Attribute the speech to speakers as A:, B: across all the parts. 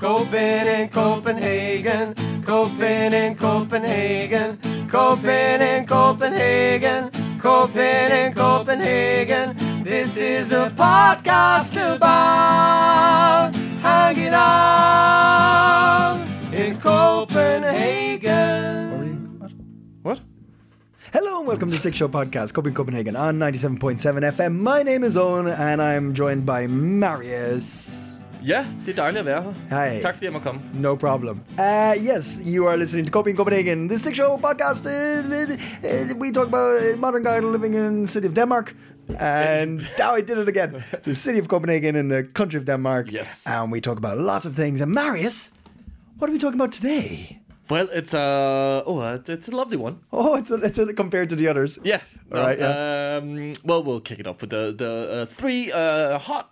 A: Copen in Copenhagen, Copen in Copenhagen, Copen in Copenhagen, Copen in Copenhagen. This is a podcast about hanging out in Copenhagen.
B: What? Hello and welcome to Six Show Podcast, Coping Copenhagen on 97.7 FM. My name is Owen and I'm joined by Marius.
C: Ja, det er dejligt at være her.
B: Hej.
C: Tak fordi jeg må komme.
B: No problem. Uh, yes, you are listening to Coping Copenhagen, the Six Show Podcast. Uh, uh, we talk about a modern guy living in the city of Denmark. And now I did it again. The city of Copenhagen and the country of Denmark.
C: Yes.
B: And we talk about lots of things. And Marius, what are we talking about today?
C: Well, it's a oh, uh, it's a lovely one.
B: Oh, it's a, it's a, compared to the others.
C: Yeah.
B: All right. Yeah.
C: Um, well, we'll kick it off with the the uh, three uh, hot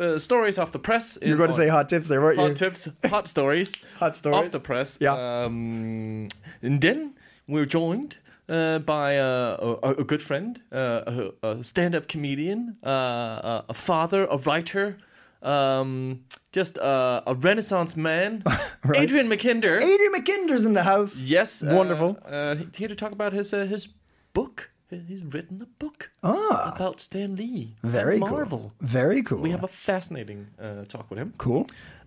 C: uh, stories off the press. in-
B: You're going to say hot tips there, weren't
C: Oh. hot
B: you?
C: tips, hot stories,
B: Hot stories.
C: off the press.
B: Yeah.
C: Um, and then we're joined. Uh, by uh, a, a good friend, uh, a, a stand-up comedian, uh, a- a father, a writer, um, just uh, a Renaissance man, Adrian McKinder.
B: Adrian McKinder's in the house.
C: Yes. uh,
B: Wonderful.
C: Uh, he- here to talk about his uh, his book. He- He's written a book
B: Ah.
C: about Stan Lee. and
B: Very
C: Marvel.
B: cool. Very cool.
C: We have a fascinating uh, talk with him,
B: cool.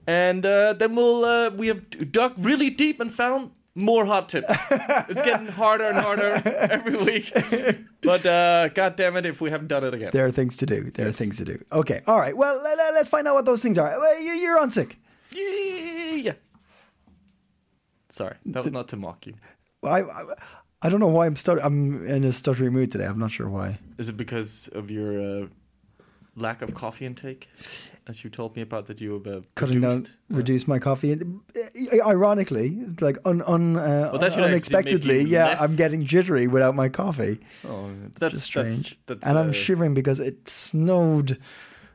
C: and uh, then we'll uh, we have dug really deep and found more hot tips. it's getting harder and harder every week, but uh, god damn it if we haven't done it again.
B: There are things to do. There are things to do. Okay. All right. Well, let, us find out what those things are. Well, you, you're on sick.
C: Yeah. Sorry, that was not to mock you.
B: I, I, I don't know why I'm stutter. I'm in a stuttery mood today. I'm not sure why.
C: Is it because of your uh, lack of coffee intake, as you told me about that you have uh,
B: Cutting
C: reduced?
B: down, reduce my coffee. And, uh, ironically, like un, un, uh,
C: Well, that should actually make
B: unexpectedly,
C: you
B: yeah,
C: less-
B: I'm getting jittery without my coffee.
C: Oh, that's
B: strange.
C: That's, that's,
B: and
C: uh,
B: I'm shivering because it snowed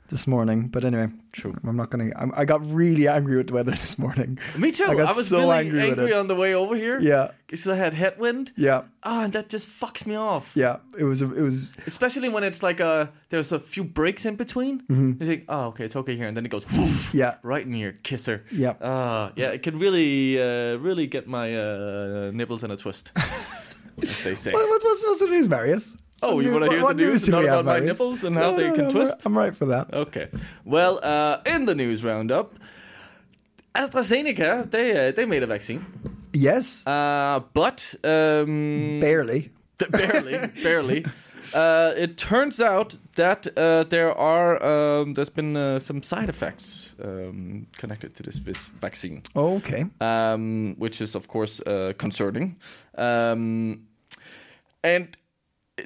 B: this morning. But anyway,
C: True.
B: I'm not gonna. I'm, I got really angry with the weather this morning.
C: Me too.
B: I
C: I,
B: got
C: was
B: so
C: really
B: angry
C: angry,
B: with it.
C: on the way over here.
B: Yeah.
C: because I had headwind.
B: Yeah,
C: Ah, and that just fucks me off.
B: yeah. It was. It was.
C: Especially when it's like uh there's a few breaks in between.
B: Mm-hmm.
C: It's like, oh, okay, it's okay here, and then it goes woof,
B: Yeah.
C: right in your kisser.
B: Yeah.
C: Ah, yeah, it can really, uh, really get my uh, nibbles in a twist, as they say.
B: What, what's, what's, what's the news, Marius?
C: Oh,
B: What
C: you wanna
B: what-
C: hear the
B: what
C: news
B: do
C: and
B: we
C: not
B: have,
C: about my
B: Marius?
C: nipples and how they can
B: I'm
C: twist? Oh.
B: right- I'm right for that.
C: Okay. Well, uh, in the news roundup, AstraZeneca they uh, they made a vaccine,
B: Yes,
C: uh, but um,
B: barely.
C: barely, barely. Uh, it turns out that uh, there are um, there's been uh, some side effects um, connected to this, this vaccine,
B: Okay.
C: um, which is of course uh, concerning. Um, and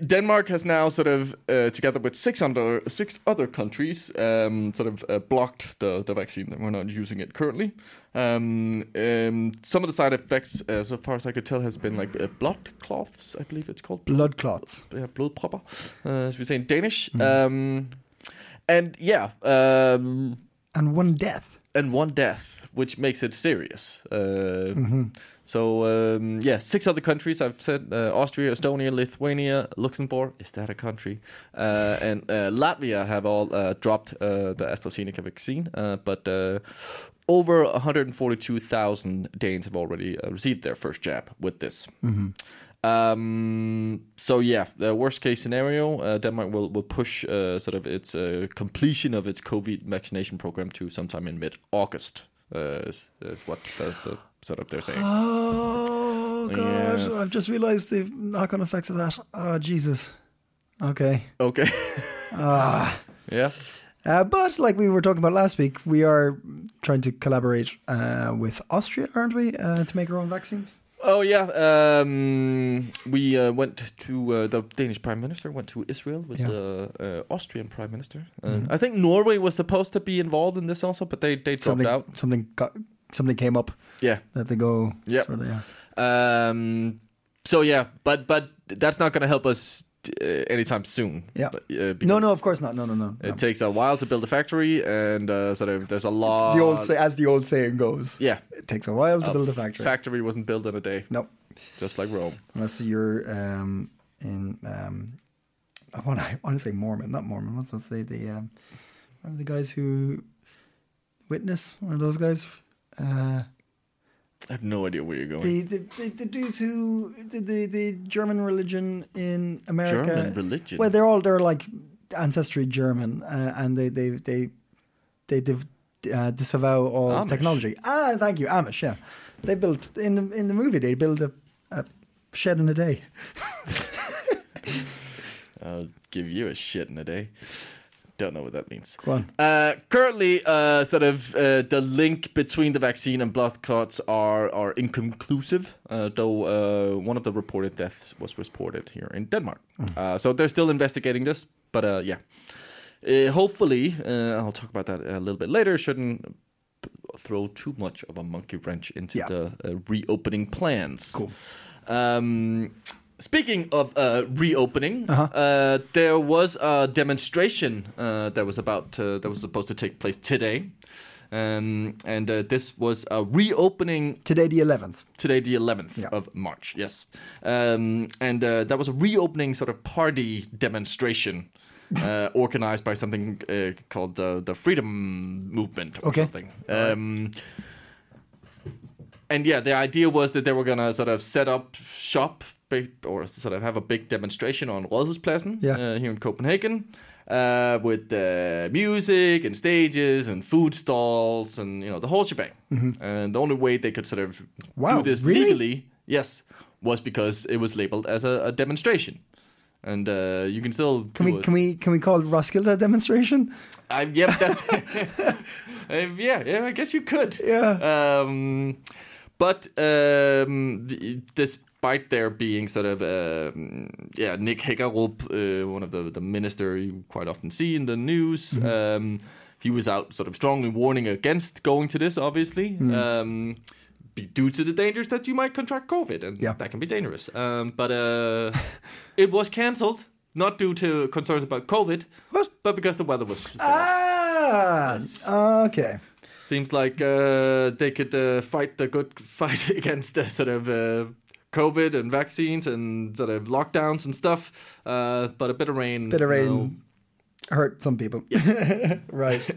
C: Denmark has now sort of, uh, together with six under six other countries, um, sort of uh, blocked the, the vaccine. That we're not using it currently. Um, um, some of the side effects, uh, so far as I could tell, has been like uh, blood cloths. I believe it's called
B: Blood clots.
C: yeah, blodpropper, uh, as we say in Danish. Um, and yeah, um,
B: And one death.
C: and one death, which makes it serious. Uh, So um, yeah, six other countries I've said: uh, Austria, Estonia, Lithuania, Luxembourg. Is that a country? Uh, and uh, Latvia have all uh, dropped uh, the AstraZeneca vaccine, uh, but. Uh, over 142,000 Danes have already uh, received their first jab with this. Um, so yeah, the worst case scenario, uh, Denmark will will push uh, sort of its uh, completion of its COVID vaccination program to sometime in mid August. Uh, is, is what the, the sort of they're saying.
B: Oh gosh!
C: Yes.
B: I've just realised the knock-on effects of that. Oh Jesus. Okay. Ah.
C: Okay. yeah.
B: Uh, but like we were talking about last week, we are trying to collaborate uh, with Austria, aren't we, uh, to make our own vaccines?
C: Oh yeah, um, we uh, went to uh, the Danish prime minister went to Israel with
B: Yeah. Mm-hmm.
C: the uh, Austrian prime minister. Uh, I think Norway was supposed to be involved in this also, but they they dropped
B: something
C: out.
B: something got, something came up
C: Yeah.
B: that they go.
C: Yeah.
B: sort of, yeah.
C: Um, so yeah, but but that's not going to help us uh, anytime soon.
B: Yeah.
C: But, uh,
B: No, no,
C: because
B: of course not. No, no, no.
C: It
B: no.
C: takes a while to build a factory, and uh, so there, there's a lot.
B: the old say, as the old saying goes.
C: yeah,
B: It takes a while to build a factory.
C: factory wasn't built in a day,
B: no,
C: just like Rome.
B: unless you're um, in. Um, I want. I want to say Mormon, not Mormon. What's supposed to say the. Um, one of the guys who witness one of those guys. Uh,
C: I have no idea where you're going.
B: the, the, the, the dudes who the, the, the German religion in America.
C: German religion?
B: Well, they're all they're like ancestry German, uh, and they they they they div, uh, disavow all
C: Amish.
B: technology. Ah, thank you, Amish. Yeah, they built in the, in the movie they built a, a shed in a day.
C: I'll give you a shit in a day. Don't know what that means.
B: Go on.
C: Uh, currently, uh, sort of uh, the link between the vaccine and blood clots are are inconclusive, uh, though uh, one of the reported deaths was reported here in Denmark. Uh, so they're still investigating this, but uh, yeah, uh, hopefully uh, I'll talk about that a little bit later. Shouldn't throw too much of a monkey wrench into
B: Yeah.
C: the uh, reopening plans.
B: Cool.
C: Um, speaking of uh, reopening,
B: Uh-huh.
C: uh there was a demonstration uh, that was about uh, that was supposed to take place today, um, and uh, this was a reopening
B: Today, the eleventh.
C: today, the 11th
B: Yeah.
C: of March. Yes, um, and uh, that was a reopening sort of party demonstration. Uh, organized by something uh, called the the Freedom Movement or
B: Okay.
C: something. Um, and yeah, the idea was that they were gonna sort of set up shop big, or sort of have a big demonstration on Rådhuspladsen
B: Yeah.
C: uh, here in Copenhagen uh, with uh, music and stages and food stalls and you know the whole shebang.
B: Mm-hmm.
C: And the only way they could sort of
B: Wow,
C: do this
B: really?
C: legally, yes, was because it was labeled as a, a demonstration. And uh, you can still
B: Can
C: do
B: we
C: it.
B: can we can we call it Roskilde a demonstration?
C: I, yep, that's. Uh, yeah, yeah, I guess you could.
B: Yeah.
C: Um, but um, th- despite there being sort of, um, yeah, Nick Hækkerup, uh, one of the the minister you quite often see in the news,
B: Mm-hmm.
C: um, he was out sort of strongly warning against going to this, obviously.
B: Mm.
C: Um, be- Due to the dangers that you might contract COVID, and
B: Yeah.
C: that can be dangerous. Um, but uh, it was cancelled, not due to concerns about COVID,
B: What?
C: but because the weather was.
B: Ah, okay.
C: Seems like uh, they could uh, fight the good fight against uh, sort of uh, COVID and vaccines and sort of lockdowns and stuff. Uh, but a bit of rain,
B: Bit of rain
C: snow,
B: hurt some people. right.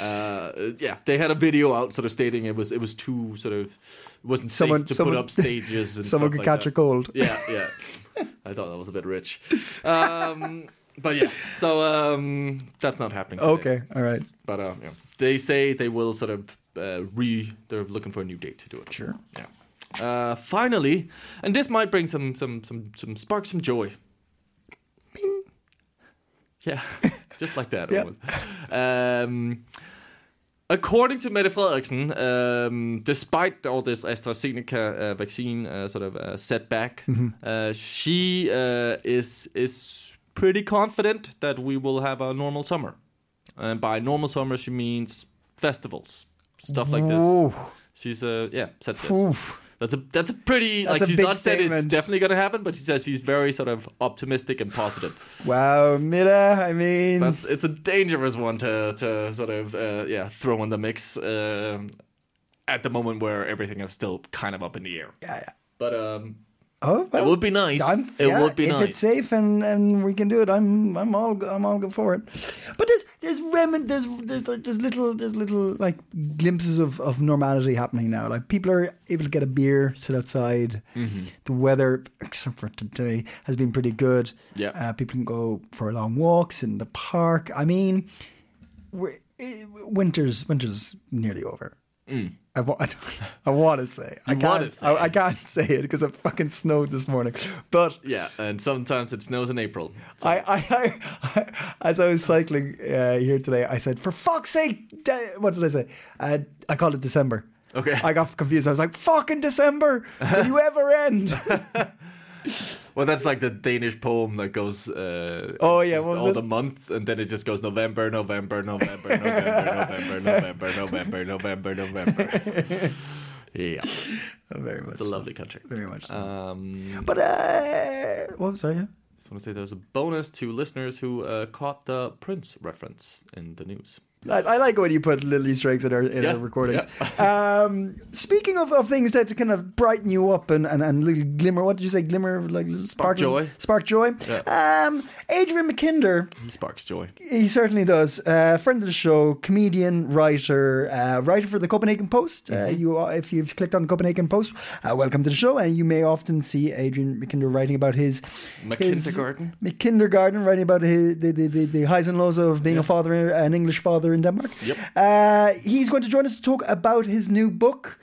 C: Uh, yeah, they had a video out sort of stating it was it was too sort of it wasn't
B: Someone-
C: safe to
B: someone-
C: put up stages. And
B: Someone
C: stuff
B: could
C: like
B: catch
C: that.
B: a cold.
C: Yeah, yeah. I thought that was a bit rich. Um, but yeah, so um, that's not happening. today.
B: Okay. All right.
C: But uh, yeah. they say they will sort of uh, re. They're looking for a new date to do it.
B: Sure.
C: Yeah. Uh, finally, and this might bring some some some some spark some joy. Yeah, just like that.
B: Yeah.
C: Owen. Um, according to Mette Frederiksen, um, despite all this AstraZeneca uh, vaccine uh, sort of uh, setback,
B: Mm-hmm.
C: uh, she uh, is is pretty confident that we will have a normal summer. And by normal summer, she means festivals, stuff like this.
B: Ooh.
C: She's uh yeah said this.
B: Oof.
C: That's a that's a pretty
B: That's
C: like
B: a
C: she's
B: big
C: not said it's
B: statement.
C: definitely gonna happen, but she says she's very sort of optimistic and positive.
B: Wow, Miller. I mean,
C: That's it's a dangerous one to to sort of uh, yeah throw in the mix um, at the moment where everything is still kind of up in the air.
B: yeah, yeah.
C: But um,
B: Oh, well,
C: it would be nice.
B: I'm-
C: it
B: yeah,
C: would be
B: if
C: nice.
B: it's safe and, and we can do it. I'm I'm all go- I'm all good for it. But there's there's remnant there's there's there's little there's little like glimpses of, of normality happening now. Like people are able to get a beer, sit outside.
C: Mm-hmm.
B: The weather, except for today, has been pretty good.
C: Yeah.
B: uh, people can go for long walks in the park. I mean, we're, eh, winter's winter's nearly over. I want, I want to say. I
C: Mm. You wanna
B: can't.
C: say.
B: I, I can't say it because it fucking snowed this morning. But
C: yeah, and sometimes it snows in April.
B: I, I, I, as I was cycling uh, here today, I said, "For fuck's sake!" De- what did I say? Uh, I called it December.
C: Okay.
B: I got confused. I was like, fucking December. Will you ever end?
C: Well, that's like the Danish poem that goes. Uh,
B: Oh, yeah,
C: it's
B: what was
C: all
B: it?
C: the months, and then it just goes November, November, November, November, November, November, November, November. yeah,
B: Very much.
C: it's a lovely country.
B: Very much so.
C: Um,
B: But, uh, what was I? Yeah?
C: just want to say there's a bonus to listeners who uh, caught the Prince reference in the news.
B: I, I like when you put little Easter eggs in our, in
C: Yeah,
B: our recordings. um, speaking of, of things that kind of brighten you up and, and, and little glimmer, what did you say? Glimmer, like spark
C: joy.
B: Spark joy.
C: Yeah.
B: Um, Adrian McKinder,
C: He sparks joy.
B: he certainly does. Uh, friend of the show, comedian, writer, uh, writer for the Copenhagen Post. Uh,
C: Mm-hmm.
B: you, are, if you've clicked on Copenhagen Post, uh, welcome to the show, and you may often see Adrian McKinder writing about his
C: McKindergarten?
B: his, McKindergarten, writing about his, the, the, the the highs and lows of being a father, an English father in Denmark.
C: Yep.
B: Uh, he's going to join us to talk about his new book,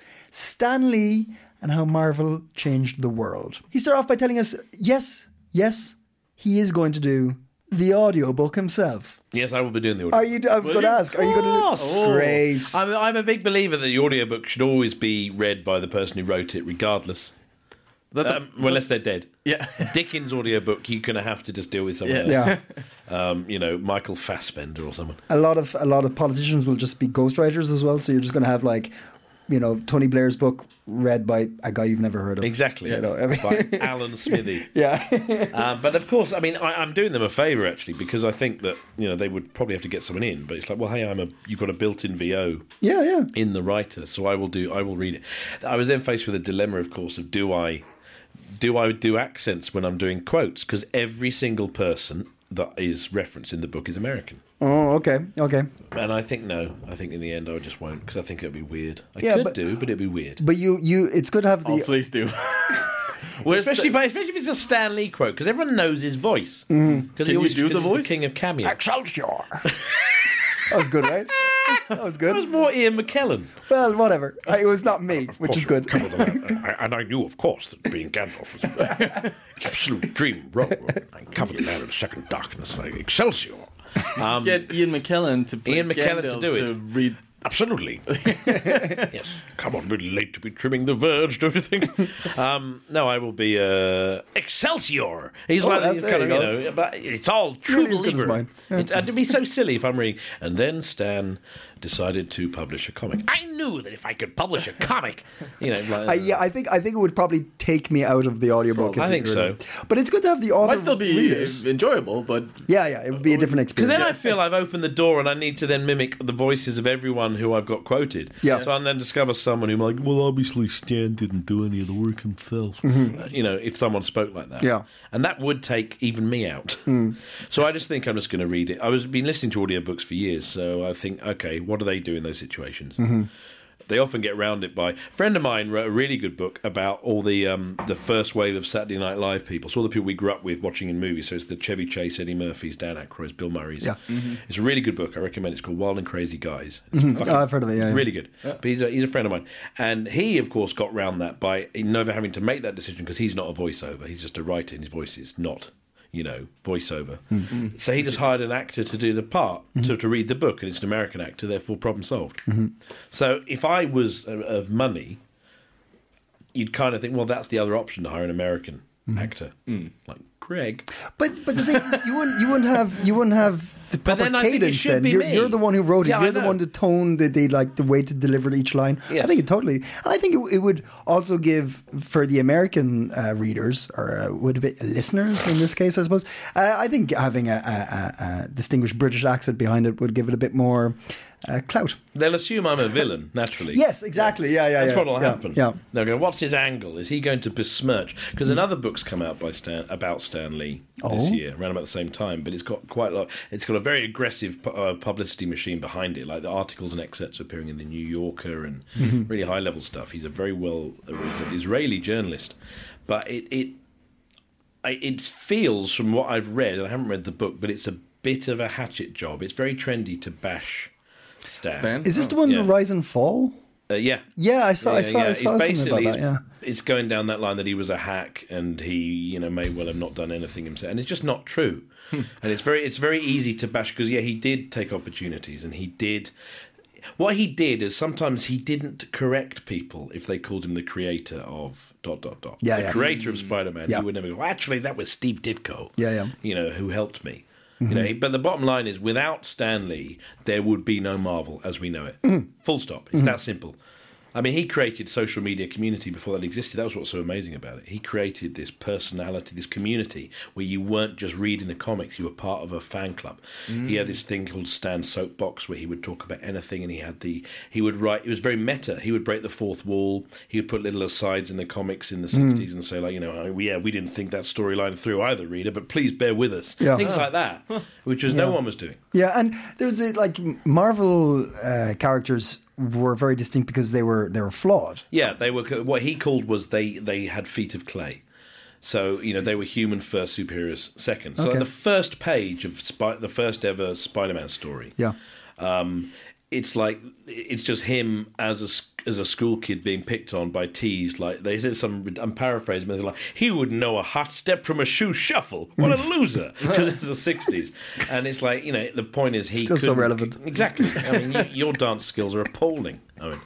B: Stanley, and how Marvel changed the world. He started off by telling us, yes, yes, he is going to do the audiobook himself.
D: Yes, I will be doing the audio.
B: Are you? I was going to ask. Are you going to? do- Great.
D: I'm, I'm a big believer that the audiobook should always be read by the person who wrote it, regardless.
C: That, that-
D: Um, well, unless they're dead.
C: yeah,
D: Dickens' audiobook, you're going to have to just deal with someone
C: Yeah.
D: else.
B: Yeah,
D: Um, you know, Michael Fassbender or someone.
B: a lot of a lot of politicians will just be ghostwriters as well. So you're just going to have like, you know, Tony Blair's book read by a guy you've never heard of.
D: Exactly.
B: You know, I mean-
D: By Alan Smithy.
B: Yeah.
D: Um, but of course, I mean, I, I'm doing them a favour actually because I think that you know they would probably have to get someone in. But it's like, well, hey, I'm a you've got a built-in VO
B: yeah. Yeah.
D: in the writer, so I will do. I will read it. I was then faced with a dilemma, of course, of do I do I do accents when I'm doing quotes because every single person that is referenced in the book is American.
B: Oh. Okay. Okay.
D: And I think no, I think in the end I just won't because I think it'd be weird. I
B: Yeah,
D: could
B: but-
D: do, but it'd be weird.
B: But you you it's good to have
C: oh,
B: the
C: please do. Where's the-
D: Especially if, I, especially if it's a Stan Lee quote, because everyone knows his voice. Because
B: Mm-hmm.
D: he
C: you
D: always
C: do the
D: 'cause he's
C: voice?
D: king of cameo.
B: Excelsior. that was good, right? That was
D: That was
B: good.
D: more Ian McKellen.
B: Well, whatever. It was not me, which is good.
D: and I knew, of course, that being Gandalf was an absolute dream role. I covered the man in the second darkness, like Excelsior. Um,
C: get Ian McKellen to play
D: Ian McKellen to
C: Gandalf
D: do it.
C: to read.
D: Absolutely. yes. Come on, we're late to be trimming the verge, don't you think? um, no, I will be uh, Excelsior. He's
B: Oh,
D: like,
B: that's-
D: he's
B: there
D: kind of,
B: you
D: you
B: go.
D: know, but it's all true
B: Nearly as good as
D: believer.
B: mine.
D: It, would be so silly if I'm reading. And then Stan decided to publish a comic. I knew that if I could publish a comic, you know. Like,
B: I, yeah, I think I think it would probably take me out of the audiobook. if
D: I
B: it
D: think
B: were-
D: so.
B: But it's good to have the author
C: Might still be
B: read it.
C: uh, enjoyable, but
B: Yeah, yeah, it would be a different
D: Because
B: experience.
D: then I feel I've opened the door and I need to then mimic the voices of everyone who I've got quoted.
B: Yeah.
D: So I then discover someone who's like, well, obviously Stan didn't do any of the work himself. Uh, You know, if someone spoke like that.
B: Mm-hmm. Yeah. Mm.
D: And that would take even me out. So I just think I'm just going to read it. I was been listening to audiobooks for years, so I think, okay, what do they do in those situations?
B: Mm-hmm.
D: They often get round it by. A friend of mine wrote a really good book about all the um, the first wave of Saturday Night Live people. So all the people we grew up with watching in movies. So it's the Chevy Chase, Eddie Murphy's, Dan Aykroyd's, Bill Murray's.
B: Yeah.
D: It's a really good book. I recommend it. It's called Wild and Crazy Guys. It's fucking-
B: Oh, I've heard of it,
D: it's
B: yeah, yeah.
D: really good. But he's a, he's a friend of mine, and he of course got round that by never having to make that decision because he's not a voiceover. He's just a writer, and his voice is not. You know, voiceover.
B: Hmm.
D: So he just hired an actor to do the part, to, to read the book, and it's an American actor, therefore problem solved.
B: Hmm.
D: So if I was uh, of money, you'd kind of think, well, that's the other option to hire an American
B: Hmm.
D: actor, like Greg.
B: But but the thing you wouldn't you wouldn't have you wouldn't have the proper
D: then I think it
B: cadence.
D: should
B: Then
D: be
B: you're,
D: me.
B: you're the one who wrote it.
D: Yeah, I
B: you're the
D: know.
B: one to tone the the like the way to deliver each line. I
D: Yes.
B: think it totally. And I think it, it would also give for the American uh, readers or uh, would be listeners in this case, I suppose. Uh, I think having a, a, a, a distinguished British accent behind it would give it a bit more uh, clout.
D: They'll assume I'm a villain, naturally.
B: Yes, exactly. Yeah, yeah,
D: That's
B: yeah.
D: what'll
B: Yeah,
D: happen.
B: yeah.
D: They'll go, what's his angle? Is he going to besmirch? Because another book's come out by Stan about Stan Lee this
B: Oh.
D: year, around about the same time, but it's got quite a lot. It's got a very aggressive pu- uh, publicity machine behind it, like the articles and excerpts appearing in the New Yorker and
B: Mm-hmm.
D: really high level stuff. He's a very well he's an Israeli journalist, but it it I, it feels from what I've read, and I haven't read the book, but it's a bit of a hatchet job. It's very trendy to bash Stan.
C: Stan?
B: Is this the one,
D: Oh, Yeah.
B: the rise and fall?
D: Uh, yeah.
B: Yeah, I saw- I saw- I saw
D: It's
B: something
D: basically
B: about that,
D: it's- It's going down that line that he was a hack and he, you know, may well have not done anything himself, and it's just not true.
B: Hmm.
D: and it's very, it's very easy to bash because yeah, he did take opportunities and he did. what he did is sometimes he didn't correct people if they called him the creator of dot dot dot.
B: Yeah,
D: the
B: yeah.
D: creator of Spider Man.
B: Mm. Yeah.
D: He would never go. Well, actually, that was Steve Ditko.
B: Yeah, yeah. Mm-hmm.
D: You know who helped me. You know, he- but the bottom line is, without Stan Lee, there would be no Marvel as we know it.
B: Mm-hmm.
D: Full stop. It's that simple. I mean, he created social media community before that existed. That was what's so amazing about it. He created this personality, this community where you weren't just reading the comics, you were part of a fan club. He had this thing called Stan's Soapbox where he would talk about anything and he had the, he would write, it was very meta. He would break the fourth wall. He would put little asides in the comics in the
B: Hmm.
D: 60s and say, like, you know, oh, yeah, we didn't think that storyline through either, reader, but please bear with us.
B: Yeah.
D: Things like that, which was no one was doing.
B: Yeah, and there's a, like Marvel uh, characters were very distinct because they were they were flawed.
D: Yeah, they were. What he called was they they had feet of clay. So you know they were human first, superiors second. So
B: Okay.
D: the first page of Spy, the first ever Spider-Man story.
B: Yeah.
D: Um, it's like it's just him as a sc- as a school kid being picked on by teased like they did some I'm paraphrasing but they're like he wouldn't know a hot step from a shoe shuffle what
B: Hmm.
D: a loser because it's the 60s and it's like you know the point is he
B: Still so
D: couldn't-
B: relevant.
D: exactly I mean you, your dance skills are appalling I mean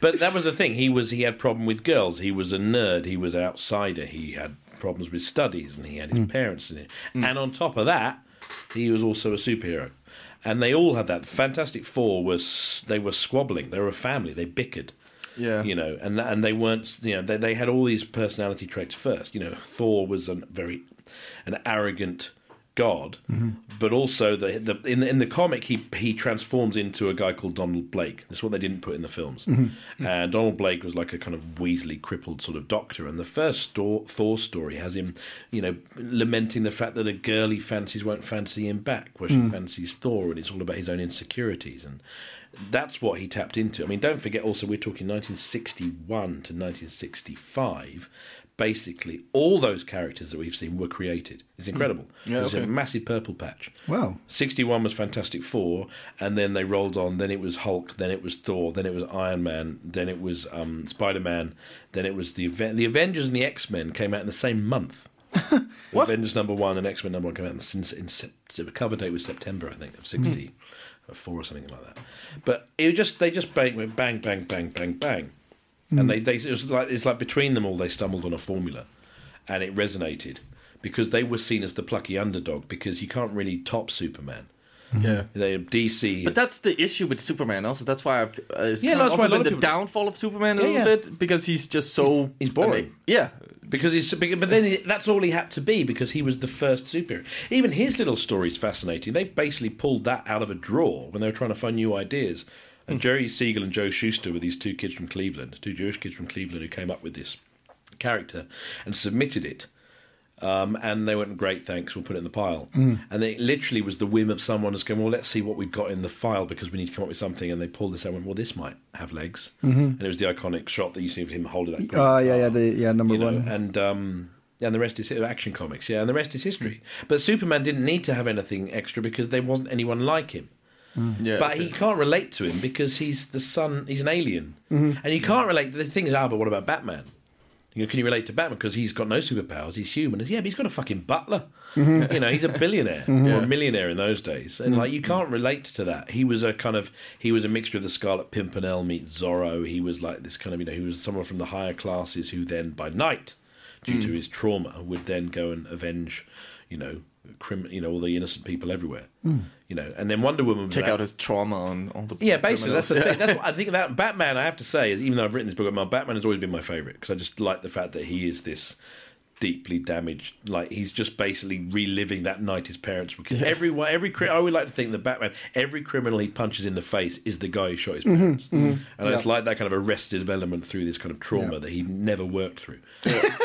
D: but that was the thing he was he had problem with girls he was a nerd he was an outsider he had problems with studies and he had his parents in it and on top of that he was also a superhero and they all had that fantastic four was they were squabbling they were a family they bickered
C: Yeah.
D: you know and and they weren't you know they, they had all these personality traits first you know thor was a very an arrogant god but also the, the in the in the comic he he transforms into a guy called donald blake that's what they didn't put in the films and donald blake was like a kind of weasley crippled sort of doctor and the first Thor, Thor story has him you know lamenting the fact that a girl he fancies won't fancy him back where she fancies thor and it's all about his own insecurities and that's what he tapped into. I mean, don't forget also, we're talking 1961 to 1965. Basically, all those characters that we've seen were created. It's incredible.
C: Hmm. Yeah,
D: There's a
C: okay.
D: massive purple patch.
B: Wow.
D: 61 was Fantastic Four, and then they rolled on. Then it was Hulk, then it was Thor, then it was Iron Man, then it was um, Spider Man, then it was the Aven- the Avengers and the X Men came out in the same month. Avengers number one and X Men number one came out in, in, in Sep- the cover date was September, I think, of sixty or four or something like that. But it was just they just bang went bang bang bang bang bang, and they they it was like it's like between them all they stumbled on a formula, and it resonated because they were seen as the plucky underdog because you can't really top Superman.
C: Yeah.
D: They DC.
C: But that's the issue with Superman. Also, that's why I, uh, it's
D: Yeah,
C: kind of
D: that's why
C: also
D: a lot
C: been
D: of
C: the
D: people-
C: downfall of Superman a
D: Yeah,
C: little
D: yeah.
C: bit because he's just so
D: He's boring.
C: yeah,
D: because he's but then he- that's all he had to be because he was the first superhero. Even his little story's fascinating. They basically pulled that out of a drawer when they were trying to find new ideas. And Jerry Siegel and Joe Schuster were these two kids from Cleveland, two Jewish kids from Cleveland who came up with this character and submitted it. Um, and they went, great, thanks, we'll put it in the pile. And it literally was the whim of someone who's going, well, let's see what we've got in the file because we need to come up with something. And they pulled this out and went, well, this might have legs. And it was the iconic shot that you see of him holding that.
B: Uh, yeah, yeah, the yeah number
D: you know,
B: one.
D: and um, and the rest is action comics, yeah, and the rest is history. But Superman didn't need to have anything extra because there wasn't anyone like him.
C: yeah.
D: But he can't relate to him because he's the son. He's an alien,
C: Mm-hmm.
D: and you can't relate. The thing is, ah, but what about Batman? You know, can you relate to Batman because he's got no superpowers? He's human. It's, yeah, but he's got a fucking butler.
C: Mm-hmm.
D: You know, he's a billionaire or a millionaire in those days, and like you can't relate to that. He was a kind of he was a mixture of the Scarlet Pimpernel meet Zorro. He was like this kind of you know he was someone from the higher classes who then by night, due
C: Mm.
D: to his trauma, would then go and avenge, you know, crim you know all the innocent people everywhere. You know, and then Wonder Woman was
C: check
D: that-
C: Mm. out his trauma on on the
D: yeah, basically, that's the
C: criminals.
D: thing. That's what I think about Batman. I have to say, is even though I've written this book, my Batman has always been my favorite because I just like the fact that he is this deeply damaged. Like he's just basically reliving that night his parents were. Because everyone, every cri- I would like to think that Batman, every criminal he punches in the face is the guy who shot his parents, and I just like that kind of arrested element through this kind of trauma that he never worked through.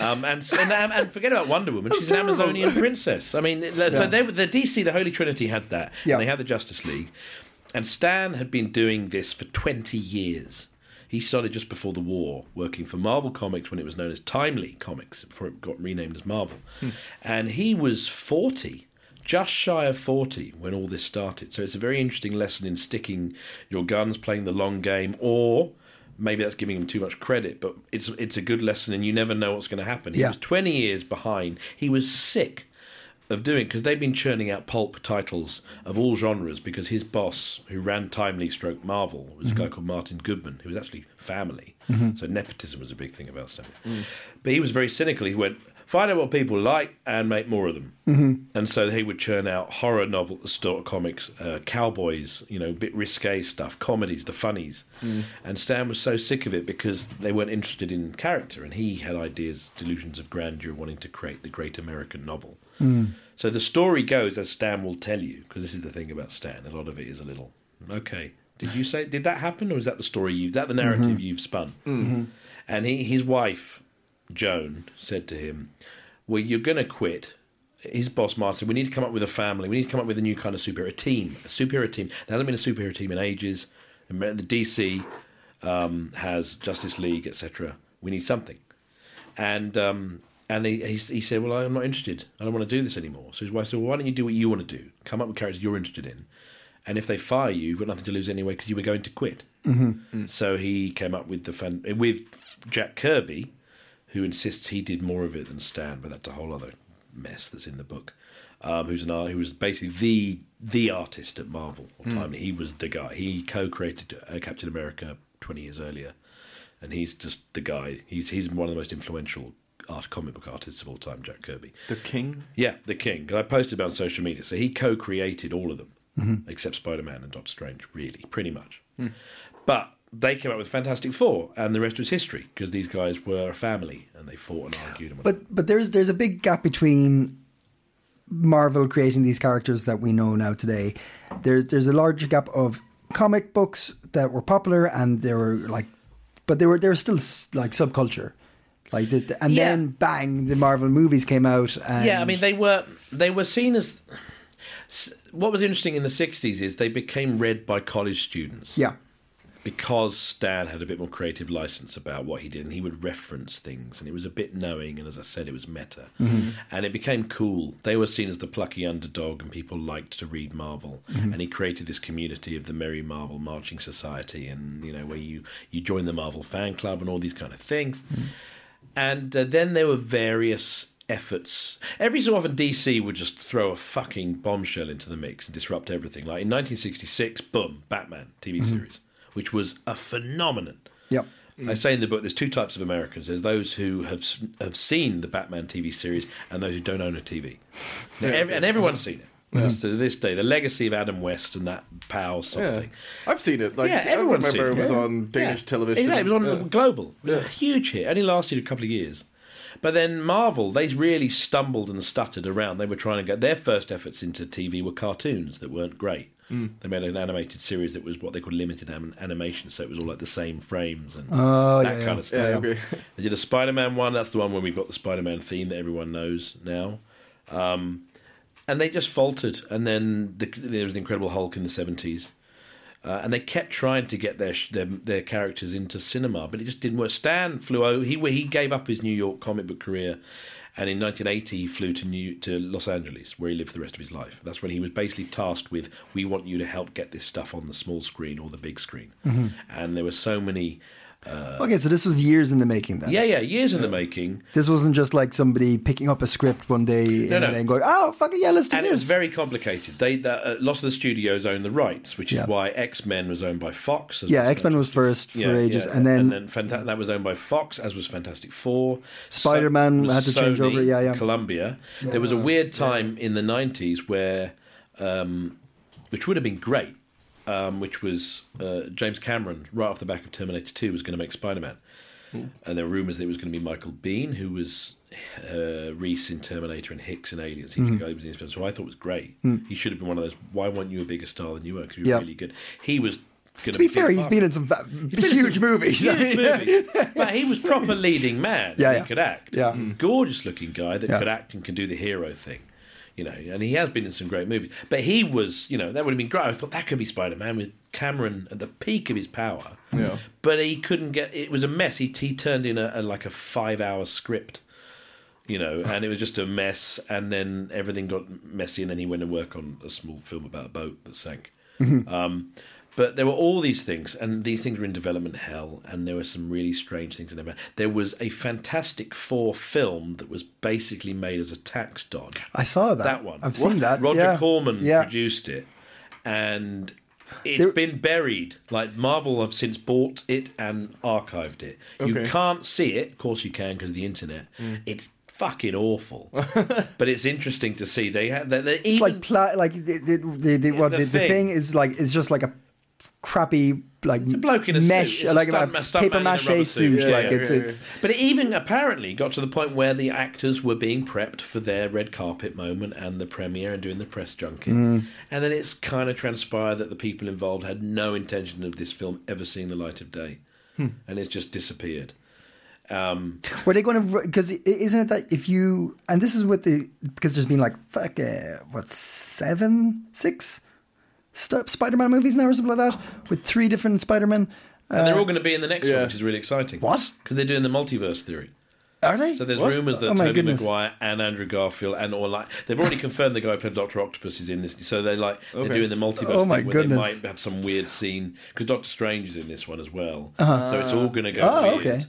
D: um, and, and and forget about Wonder Woman. She's an Amazonian princess. I mean, so they were the DC, the Holy Trinity had that,
B: Yeah.
D: and they had the Justice League. And Stan had been doing this for 20 years. He started just before the war, working for Marvel Comics when it was known as Timely Comics, before it got renamed as Marvel. And he was 40, just shy of 40 when all this started. So it's a very interesting lesson in sticking your guns, playing the long game, or maybe that's giving him too much credit, but it's, it's a good lesson and you never know what's going to happen. He
B: Yeah.
D: was 20 years behind. He was sick of doing because they've been churning out pulp titles of all genres because his boss, who ran Timely Stroke Marvel, was a guy called Martin Goodman, who was actually family. So nepotism was a big thing about Stanley. But he was very cynical. He went, find out what people like and make more of them. And so he would churn out horror novel, story, comics, uh, cowboys, you know, bit risque stuff, comedies, the funnies. And Stan was so sick of it because they weren't interested in character, and he had ideas, delusions of grandeur, wanting to create the great American novel. So the story goes, as Stan will tell you, because this is the thing about Stan. A lot of it is a little okay. Did you say? Did that happen, or is that the story you? That the narrative you've spun? And he, his wife, Joan, said to him, "Well, you're going to quit." His boss, Martin, said, we need to come up with a family. We need to come up with a new kind of superhero a team. A superhero team. There hasn't been a superhero team in ages. Amer- The DC um, has Justice League, etc. We need something and um, and he, he he said, "Well, I'm not interested. I don't want to do this anymore." So his wife said, "Well, why don't you do what you want to do? Come up with characters you're interested in, and if they fire you, you've got nothing to lose anyway because you were going to quit." So he came up with the fan with Jack Kirby, who insists he did more of it than Stan, but that's a whole other mess that's in the book. Um, who's an art, who was basically the the artist at Marvel. Of time. He was the guy. He co-created uh, Captain America twenty years earlier and he's just the guy. He's he's one of the most influential art comic book artists of all time, Jack Kirby.
C: The King.
D: Yeah, the King. 'Cause I posted about it on social media, so he co-created all of them except Spider-Man and Doctor Strange, really, pretty much. But they came up with Fantastic Four, and the rest was history because these guys were a family and they fought and argued. And
B: But but there's there's a big gap between Marvel creating these characters that we know now today. There's there's a large gap of comic books that were popular and they were like, but they were they were still s- like subculture, like the, the- and
D: Yeah.
B: then bang, the Marvel movies came out. And
D: yeah, I mean they were they were seen as. s- What was interesting in the '60s is they became read by college students.
B: yeah,
D: because Stan had a bit more creative license about what he did, and he would reference things, and it was a bit knowing, and as I said, it was meta, and it became cool. They were seen as the plucky underdog, and people liked to read Marvel, and he created this community of the Merry Marvel Marching Society, and you know where you you join the Marvel fan club and all these kind of things, and uh, then there were various. Efforts. Every so often, DC would just throw a fucking bombshell into the mix and disrupt everything. Like in 1966, boom, Batman TV series which was a phenomenon.
B: yeah.
D: I say in the book, there's two types of Americans. There's those who have s- have seen the Batman TV series, and those who don't own a TV. Now, ev- and everyone's seen it. That's to this day, the legacy of Adam West and that pal
C: Yeah.
D: something.
C: I've seen it. Like,
D: yeah, everyone's
C: I remember
D: seen
C: it was
D: Yeah.
C: on Danish
D: Yeah.
C: television.
D: Exactly, it was on
C: Yeah.
D: global. It was a huge hit. Only lasted a couple of years. But then Marvel, they really stumbled and stuttered around. They were trying to get their first efforts into TV were cartoons that weren't great.
C: Mm.
D: They made an animated series that was what they called limited anim- animation, so it was all like the same frames and
B: Oh,
D: that
B: yeah,
D: kind
B: yeah.
D: of stuff.
C: Ah, Yeah, okay.
D: They did a Spider Man one. That's the one where we've got the Spider Man theme that everyone knows now. Um, and they just faltered. And then the, there was an Incredible Hulk in the 70s. Uh, and they kept trying to get their, sh- their their characters into cinema, but it just didn't work. Stan flew over. He he gave up his New York comic book career, and in 1980 he flew to New to Los Angeles, where he lived the rest of his life. That's when he was basically tasked with, "We want you to help get this stuff on the small screen or the big screen." And there were so many.
B: okay, so this was years in the making then.
D: Yeah, yeah, years in the making.
B: This wasn't just like somebody picking up a script one day and
D: no.
B: then going, "Oh, fuck it, yeah, let's do
D: and
B: this."
D: it was very complicated. They the, uh, lots of the studios owned the rights, which is
B: Yeah.
D: why X Men was owned by Fox. as
B: yeah,
D: well.
B: X Men was first for ages, and then,
D: and then Fanta- that was owned by Fox, as was Fantastic Four. So-
B: Spider-Man
D: was
B: had to change over, yeah, yeah.
D: Columbia. There was a weird time in the nineties where, um, which would have been great, um, which was uh, James Cameron right off the back of Terminator Two was going to make Spider-Man, and there were rumors that it was going to be Michael Bean, who was uh, Reese in Terminator and Hicks in Aliens.
B: Hmm.
D: He was the guy who was in this film, so I thought it was great. He should have been one of those. Why weren't you a bigger star than you were? Because you were
B: Yeah.
D: really good. He was. Gonna
B: to be fair, he's been in some fa- huge movies. I mean,
D: Huge movies. but he was proper leading man.
B: Yeah,
D: Yeah, he
B: yeah.
D: could act. Mm.
B: Yeah.
D: gorgeous looking guy that
B: Yeah.
D: could act and can do the hero thing. You know, and he has been in some great movies. But he was, you know, that would have been great. I thought that could be Spider Man with Cameron at the peak of his power.
C: Yeah.
D: But he couldn't get. It was a mess. He he turned in a, a like a five hour script. You know, and it was just a mess. And then everything got messy. And then he went to work on a small film about a boat that sank. Um, But there were all these things, and these things were in development hell, and there were some really strange things in there. There was a Fantastic Four film that was basically made as a tax dodge.
B: I saw that.
D: That one.
B: Uh, I've seen that.
D: Roger
B: yeah.
D: Corman
B: Yeah.
D: produced it, and it's
B: There-
D: been buried. Like Marvel have since bought it and archived it. You
C: Okay.
D: can't see it. Of course, you can because of the internet.
B: Mm.
D: It's fucking awful, but it's interesting to see. They had they, they
B: It's
D: even
B: like pla- like the the, the, the, well,
D: the
B: the, the
D: thing.
B: thing is like it's just like a crappy like
D: a bloke in a suit.
B: mesh
D: It's a
B: like
D: stunt- a stunt
B: paper
D: man in a
B: mache
D: rubber
B: suit,
D: suit. Yeah,
B: like
D: yeah,
B: it's
C: yeah,
B: it's
D: But it even apparently got to the point where the actors were being prepped for their red carpet moment and the premiere and doing the press junket.
B: Mm.
D: And then it's kind of transpired that the people involved had no intention of this film ever seeing the light of day.
B: Hmm.
D: And it's just disappeared.
B: Were they going to? Because isn't it that if you and this is what the because there's been like fuck uh, what seven six st- Spider-Man movies now or something like that with three different Spider-Man.
D: And they're all going to be in the next
C: yeah.
D: one, which is really exciting.
B: Uh, What?
D: Because they're doing the multiverse theory.
B: Are they?
D: So there's
C: What?
D: rumours that
B: Oh my
D: Tobey
B: goodness.
D: Maguire and Andrew Garfield and all like they've already confirmed the guy who played Doctor Octopus is in this. So they're like they're
C: Okay.
D: doing the multiverse
B: Oh my
D: thing where
B: goodness.
D: they might have some weird scene because Doctor Strange is in this one as well. So it's all going to go
B: Oh,
D: weird.
B: Uh-huh. okay.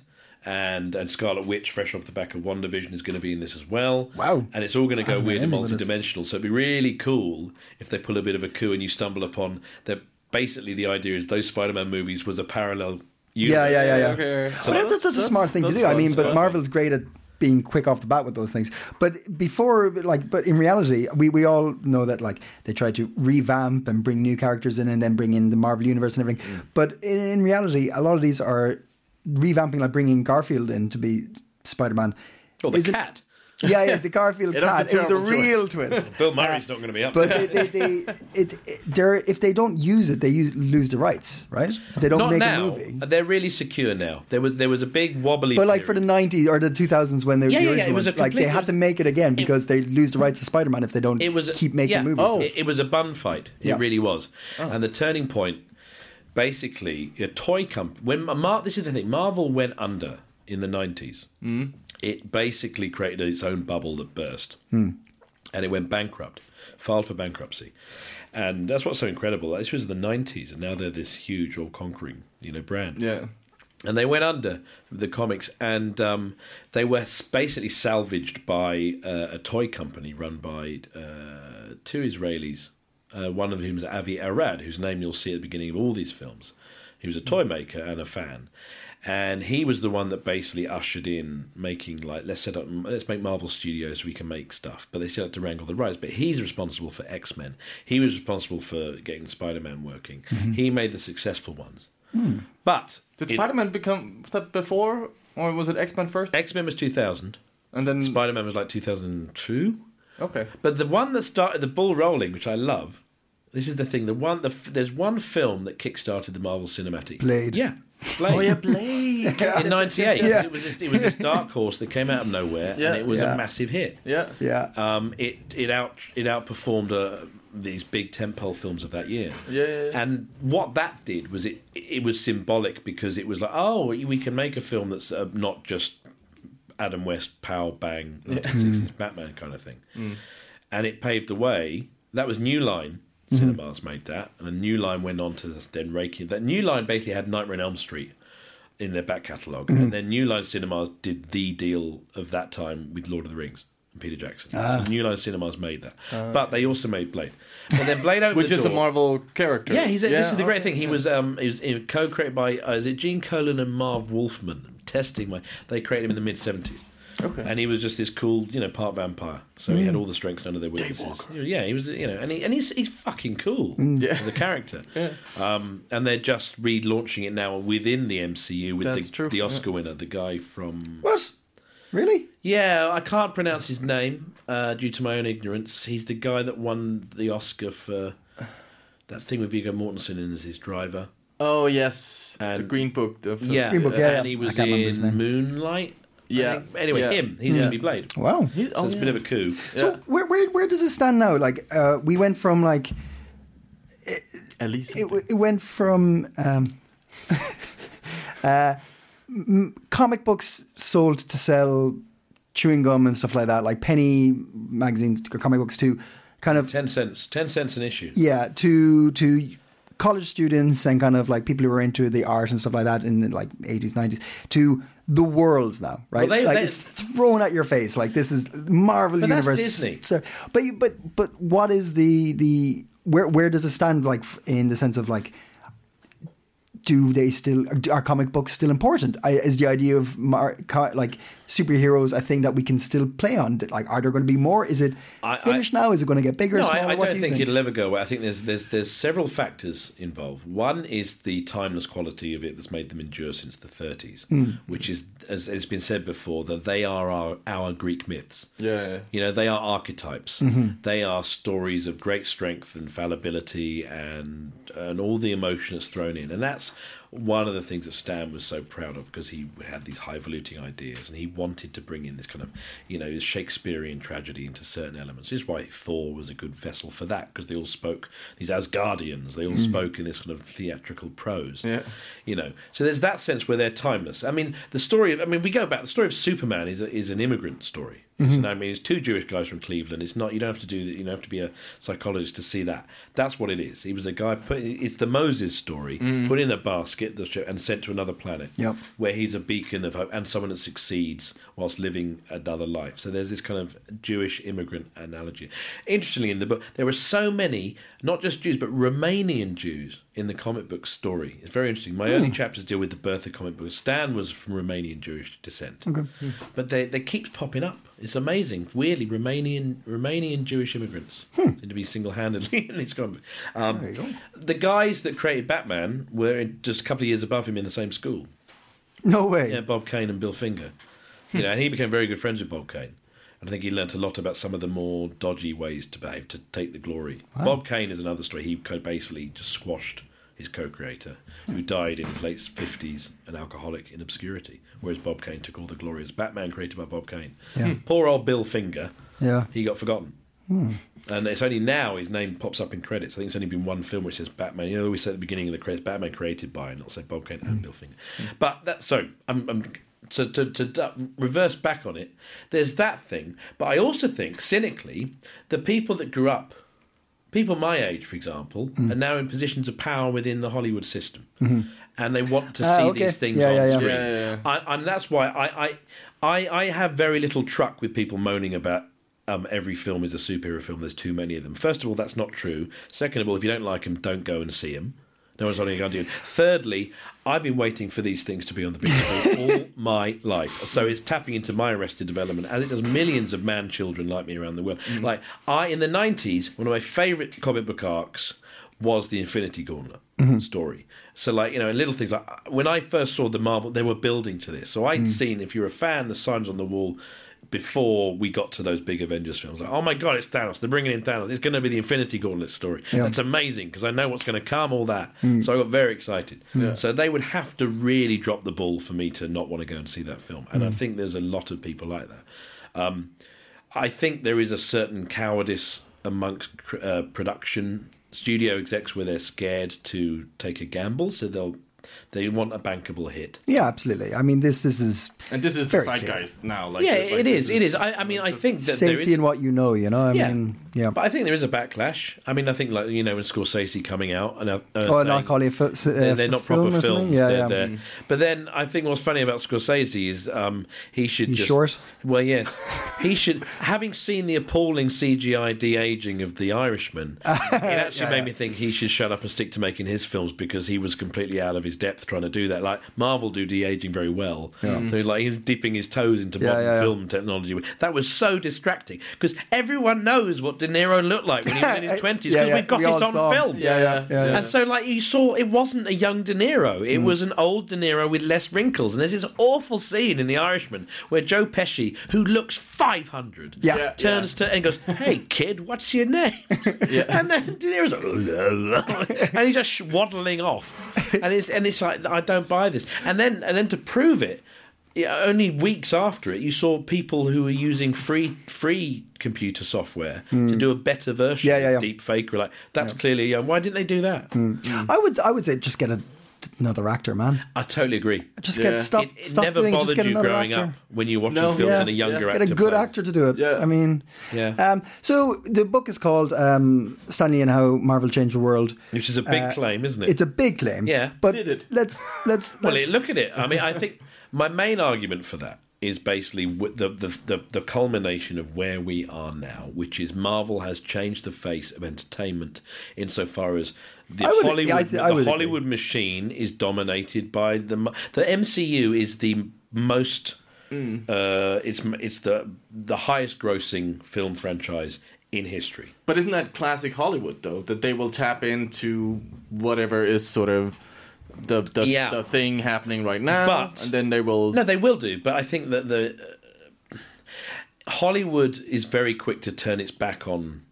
D: And and Scarlet Witch, fresh off the back of WandaVision, is going to be in this as well.
B: Wow. Oh,
D: And it's all going to go
B: haven't
D: weird
B: read
D: and
B: any of this.
D: multidimensional. So it'd be really cool if they pull a bit of a coup and you stumble upon that. Basically, the idea is those Spider-Man movies was a parallel.
B: yeah,
D: Universe.
B: yeah, yeah, yeah.
C: Okay.
B: But that's, that's, a smart thing to
C: that's
B: do. I
C: fun,
B: mean,
C: it's
B: but
C: fun.
B: Marvel's great at being quick off the bat with those things. But before, like, but in reality, we, we all know that like they try to revamp and bring new characters in, and then bring in the Marvel universe and everything. But in, in reality, a lot of these are revamping, like bringing Garfield in to be Spider Man.
D: Or Oh, the cat.
B: Yeah, yeah, the Garfield
C: Yeah,
B: cat.
C: that's a
B: It was a
C: terrible choice.
B: real twist.
D: Bill Murray's not going to be up.
B: But
D: there.
B: they, they, they it, it, they're, if they don't use it, they use, lose the rights, right? They don't
D: not
B: make
D: now.
B: a movie.
D: They're really secure now. There was there was a big wobbly.
B: But like for the
D: period.
B: '90s or the 2000s when they were
D: Yeah,
B: the
D: yeah, yeah,
B: original
D: it was
B: ones,
D: a
B: like they
D: complete-
B: had to make it again because they lose the rights to Spider-Man if they don't
D: it was
B: keep making
D: yeah,
B: movies.
D: Oh, it, it was a bun fight. It
B: Yeah. Oh.
D: really was. And the turning point, basically, a toy company. When Mar- this is the thing, Marvel went under in the nineties. Mm. It basically created its own bubble that burst,
B: Mm.
D: and it went bankrupt, filed for bankruptcy, and that's what's so incredible. This was the nineties, and now they're this huge, all-conquering, you know, brand.
C: Yeah.
D: and they went under the comics, and um, they were s- basically salvaged by uh, a toy company run by uh, two Israelis. Uh, one of whom is Avi Arad, whose name you'll see at the beginning of all these films. He was a toy maker and a fan, and he was the one that basically ushered in making like let's set up let's make Marvel Studios so we can make stuff. But they still had to wrangle the rights. But he's responsible for X Men. He was responsible for getting Spider Man working. He made the successful ones. But
C: Did
D: it-
C: Spider Man become was that before or was it X Men first?
D: X Men was 2000.
C: And
B: Mm.
C: then
D: Spider Man was like 2002.
C: Okay.
D: But the one that started the ball rolling, which I love, this is the thing. The one, the, f- there's one film that kickstarted the Marvel Cinematic.
B: Blade.
D: Yeah. Blade. Oh yeah, Blade. In '98,
B: Yeah.
D: it was this, it was this dark horse that came out of nowhere,
C: Yeah.
D: and it was
B: Yeah.
D: a massive hit.
C: Yeah.
B: yeah.
D: Um, it it out it outperformed uh, these big tentpole films of that year.
C: Yeah, yeah, yeah.
D: And what that did was it it was symbolic because it was like, oh, we can make a film that's uh, not just Adam West, pow, bang,
C: Mm.
D: 1960s Batman kind of thing. And it paved the way. That was New Line.
C: Mm-hmm.
D: Cinemas made that, and the New Line went on to this, then Reiki. That New Line basically had Nightmare on Elm Street in their back catalogue,
C: Mm-hmm.
D: and then New Line Cinemas did the deal of that time with Lord of the Rings and Peter Jackson.
C: Ah.
D: So New Line Cinemas made that, but they also made Blade. But then Blade opened
C: Which
D: the
C: is a
D: door-
C: Marvel character.
D: yeah, he's a, this is the great
C: okay.
D: thing. He was um, he was, he was co-created by uh, is it Gene Colan and Marv Wolfman. Testing my, they created him in the mid seventies.
C: Okay. Mm.
D: and he was just this cool, you know, part vampire. So he had all the strengths, none of their weaknesses. Yeah, he was, you know, and he, and he's he's fucking cool
C: Mm.
D: as a character. yeah. um, and they're just relaunching it now within the MCU with
C: That's
D: the,
C: true,
D: the
C: yeah.
D: Oscar winner, the guy from
B: what? Really?
D: yeah, I can't pronounce his name uh, due to my own ignorance. He's the guy that won the Oscar for that thing with Viggo Mortensen in as his driver.
C: Oh yes, the
D: And-
C: Green Book. The film.
D: Yeah,
B: Green Book, yeah,
D: and he
B: yeah. I
D: was
B: can't remember his
D: in
B: name.
D: Moonlight. I
C: Yeah.
D: think. Anyway,
C: Yeah.
D: him. He's going to be Blade.
B: Wow.
C: He-
D: So
C: oh,
D: it's a
C: yeah.
D: bit of a coup.
B: So
C: Yeah.
B: where, where where does it stand now? Like uh, we went from like
C: at least
B: it, w- it went from um, uh, m- comic books sold to sell chewing gum and stuff like that, like penny magazines, comic books to kind of
D: Ten cents. Ten cents an issue.
B: yeah to to college students and kind of like people who were into the art and stuff like that in like 80s, 90s to the world now, right?
D: Well, they-
B: like
D: they-
B: it's thrown at your face. Like this is Marvel
D: But that's
B: Universe.
D: Disney.
B: So, but you, but but what is the the where where does it stand like f- in the sense of like do they still are comic books still important? I, is the idea of mar, co- like superheroes a thing that we can still play on? Like, are there going to be more? Is it
D: I-
B: finished now? Is it going to get bigger?
D: No,
B: smaller?
D: I, I
B: what
D: don't
B: do you
D: think,
B: think?
D: it'll ever go away. I think there's there's there's several factors involved. One is the timeless quality of it that's made them endure since the 30s,
B: Hmm.
D: which is, as it's been said before, that they are our, our Greek myths.
C: Yeah.
D: You know, they are archetypes. They are stories of great strength and fallibility and and all the emotion that's thrown in. And that's one of the things that Stan was so proud of because he had these highfalutin ideas and he wanted to bring in this kind of, you know, Shakespearean tragedy into certain elements. This is why Thor was a good vessel for that because they all spoke, these Asgardians, they all spoke in this kind of theatrical prose.
C: Yeah.
D: You know, so there's that sense where they're timeless. I mean, the story of, I mean, we go back, the story of Superman is, a, is an immigrant story. You know, I mean, it's two Jewish guys from Cleveland. It's not, you don't have to do that, you don't have to be a psychologist to see that. That's what it is. He was a guy, put, it's the Moses story, put in a basket the sh- and sent to another planet
B: Yep.
D: where he's a beacon of hope and someone that succeeds whilst living another life. So there's this kind of Jewish immigrant analogy. Interestingly, in the book, there are so many, not just Jews, but Romanian Jews in the comic book story. It's very interesting. My early chapters deal with the birth of comic books. Stan was from Romanian Jewish descent. But they, they keep popping up. It's amazing. Weirdly, Romanian Romanian Jewish immigrants seem to be single handedly in these comic books. Um, the guys that created Batman were in- just a couple of years above him in the same school.
B: No way.
D: Yeah, Bob Kane and Bill Finger. You know, and he became very good friends with Bob Kane. And I think he learnt a lot about some of the more dodgy ways to behave to take the glory. Bob Kane is another story. He co- basically just squashed his co-creator, who died in his late fifties, an alcoholic in obscurity. Whereas Bob Kane took all the glory as Batman created by Bob Kane. Poor old Bill Finger.
B: Yeah. Hmm.
D: He got forgotten. And it's only now his name pops up in credits. I think it's only been one film which says Batman. You know, they always say at the beginning of the credits, Batman created by, and it'll say Bob Kane
B: Hmm.
D: and Bill Finger. But that, so I'm, I'm to, to, to du- reverse back on it. There's that thing, but I also think cynically, the people that grew up, people my age, for example,
B: Hmm.
D: are now in positions of power within the Hollywood system, and they want to
B: Ah,
D: see
B: okay.
D: these things
B: Yeah,
D: on
B: yeah, yeah.
D: screen.
C: Yeah, yeah, yeah.
D: I, and that's why I, I I I have very little truck with people moaning about um, every film is a superhero film. There's too many of them. First of all, that's not true. Second of all, if you don't like them, don't go and see them. No one's only going to do it. Thirdly, I've been waiting for these things to be on the big screen all my life. So it's tapping into my arrested development, as it does millions of man children like me around the world. Like I, in the '90s, one of my favourite comic book arcs was the Infinity Gauntlet story. So, like, you know, and little things like when I first saw the Marvel, they were building to this. So, I'd seen, if you're a fan, the signs on the wall before we got to those big Avengers films. Like, oh my God, it's Thanos. They're bringing in Thanos. It's going to be the Infinity Gauntlet story. That's amazing because I know what's going to come, all that. So, I got very excited. So, they would have to really drop the ball for me to not want to go and see that film. And I think there's a lot of people like that. I think there is a certain cowardice amongst cr- uh, production studio execs where they're scared to take a gamble, so they'll they want a bankable hit.
B: Yeah, absolutely. I mean, this this is
C: And this is
B: Very
C: the side
B: clear.
C: guys now. Like,
D: Yeah,
C: like
D: it
C: this
D: is. It is. I, I mean, I think that there
B: safety
D: is.
B: in what you know. You know, I
D: Yeah.
B: mean, yeah.
D: But I think there is a backlash. I mean, I think like you know when Scorsese coming out and uh, uh,
B: Or
D: saying-
B: not calling it fi- s- uh,
D: they're, they're
B: f-
D: not
B: film
D: proper
B: or something?
D: films.
B: Yeah,
D: they're,
B: yeah.
D: they're- But then I think what's funny about Scorsese is um, he should
B: He's
D: just,
B: short?
D: Well, yes, he should. Having seen the appalling CGI de aging of The Irishman, it actually made me think he should shut up and stick to making his films because he was completely out of his depth trying to do that. Like Marvel do de aging very well, so like he was dipping his toes into modern
B: yeah, yeah.
D: film technology. That was so distracting because everyone knows what De Niro looked like when he was in his twenties
B: Yeah,
D: because
B: yeah,
D: we've got
B: we all
D: it on
B: saw him.
D: film.
B: Yeah, yeah, yeah, yeah. Mm.
D: And so, like, you saw it wasn't a young De Niro, it was an old De Niro with less wrinkles. And there's this awful scene in The Irishman where Joe Pesci, who looks 500,
B: Yeah. Yeah,
D: turns to and goes, Hey, kid, what's your name? And then De Niro's like, "Oh, la, la," and he's just waddling off. And it's, and it's like, I don't buy this. And then, and then to prove it, yeah, only weeks after it, you saw people who were using free free computer software to do a better version
B: Hmm. Yeah, Hmm. yeah, yeah.
D: of deep fake. We're like, that's clearly young. Why didn't they do that?
B: I would I would say just get a another actor, man.
D: I totally agree.
B: Just
C: Yeah.
B: get stop
D: it, it
B: stop
D: never
B: doing. Just
D: bothered
B: get
D: you
B: another
D: growing
B: actor.
D: up when you were watching
C: No.
D: films
C: Yeah.
D: and a younger
C: Yeah.
D: actor.
B: Get a good
D: played.
B: actor to do it.
C: Yeah.
B: I mean,
D: Yeah.
B: Um, so the book is called um, Stanley and How Marvel Changed the World. Uh,
D: Which is a big claim, isn't it?
B: It's a big claim.
D: Yeah.
B: but
C: Did it?
B: let's let's,
D: Well,
B: let's-
D: it- look at it. I mean, I think my main argument for that is basically w- the, the the the culmination of where we are now, which is Marvel has changed the face of entertainment insofar as the
B: I would-
D: Hollywood
B: I th- I would
D: the Hollywood machine is dominated by the mo- the MCU is the most
B: Mm.
D: uh, it's it's the the highest grossing film franchise in history.
C: But isn't that classic Hollywood though? That they will tap into whatever is sort of the the,
D: Yeah.
C: the thing happening right now,
D: But-
C: and then they will.
D: No, they will do, but I think that the uh, Hollywood is very quick to turn its back on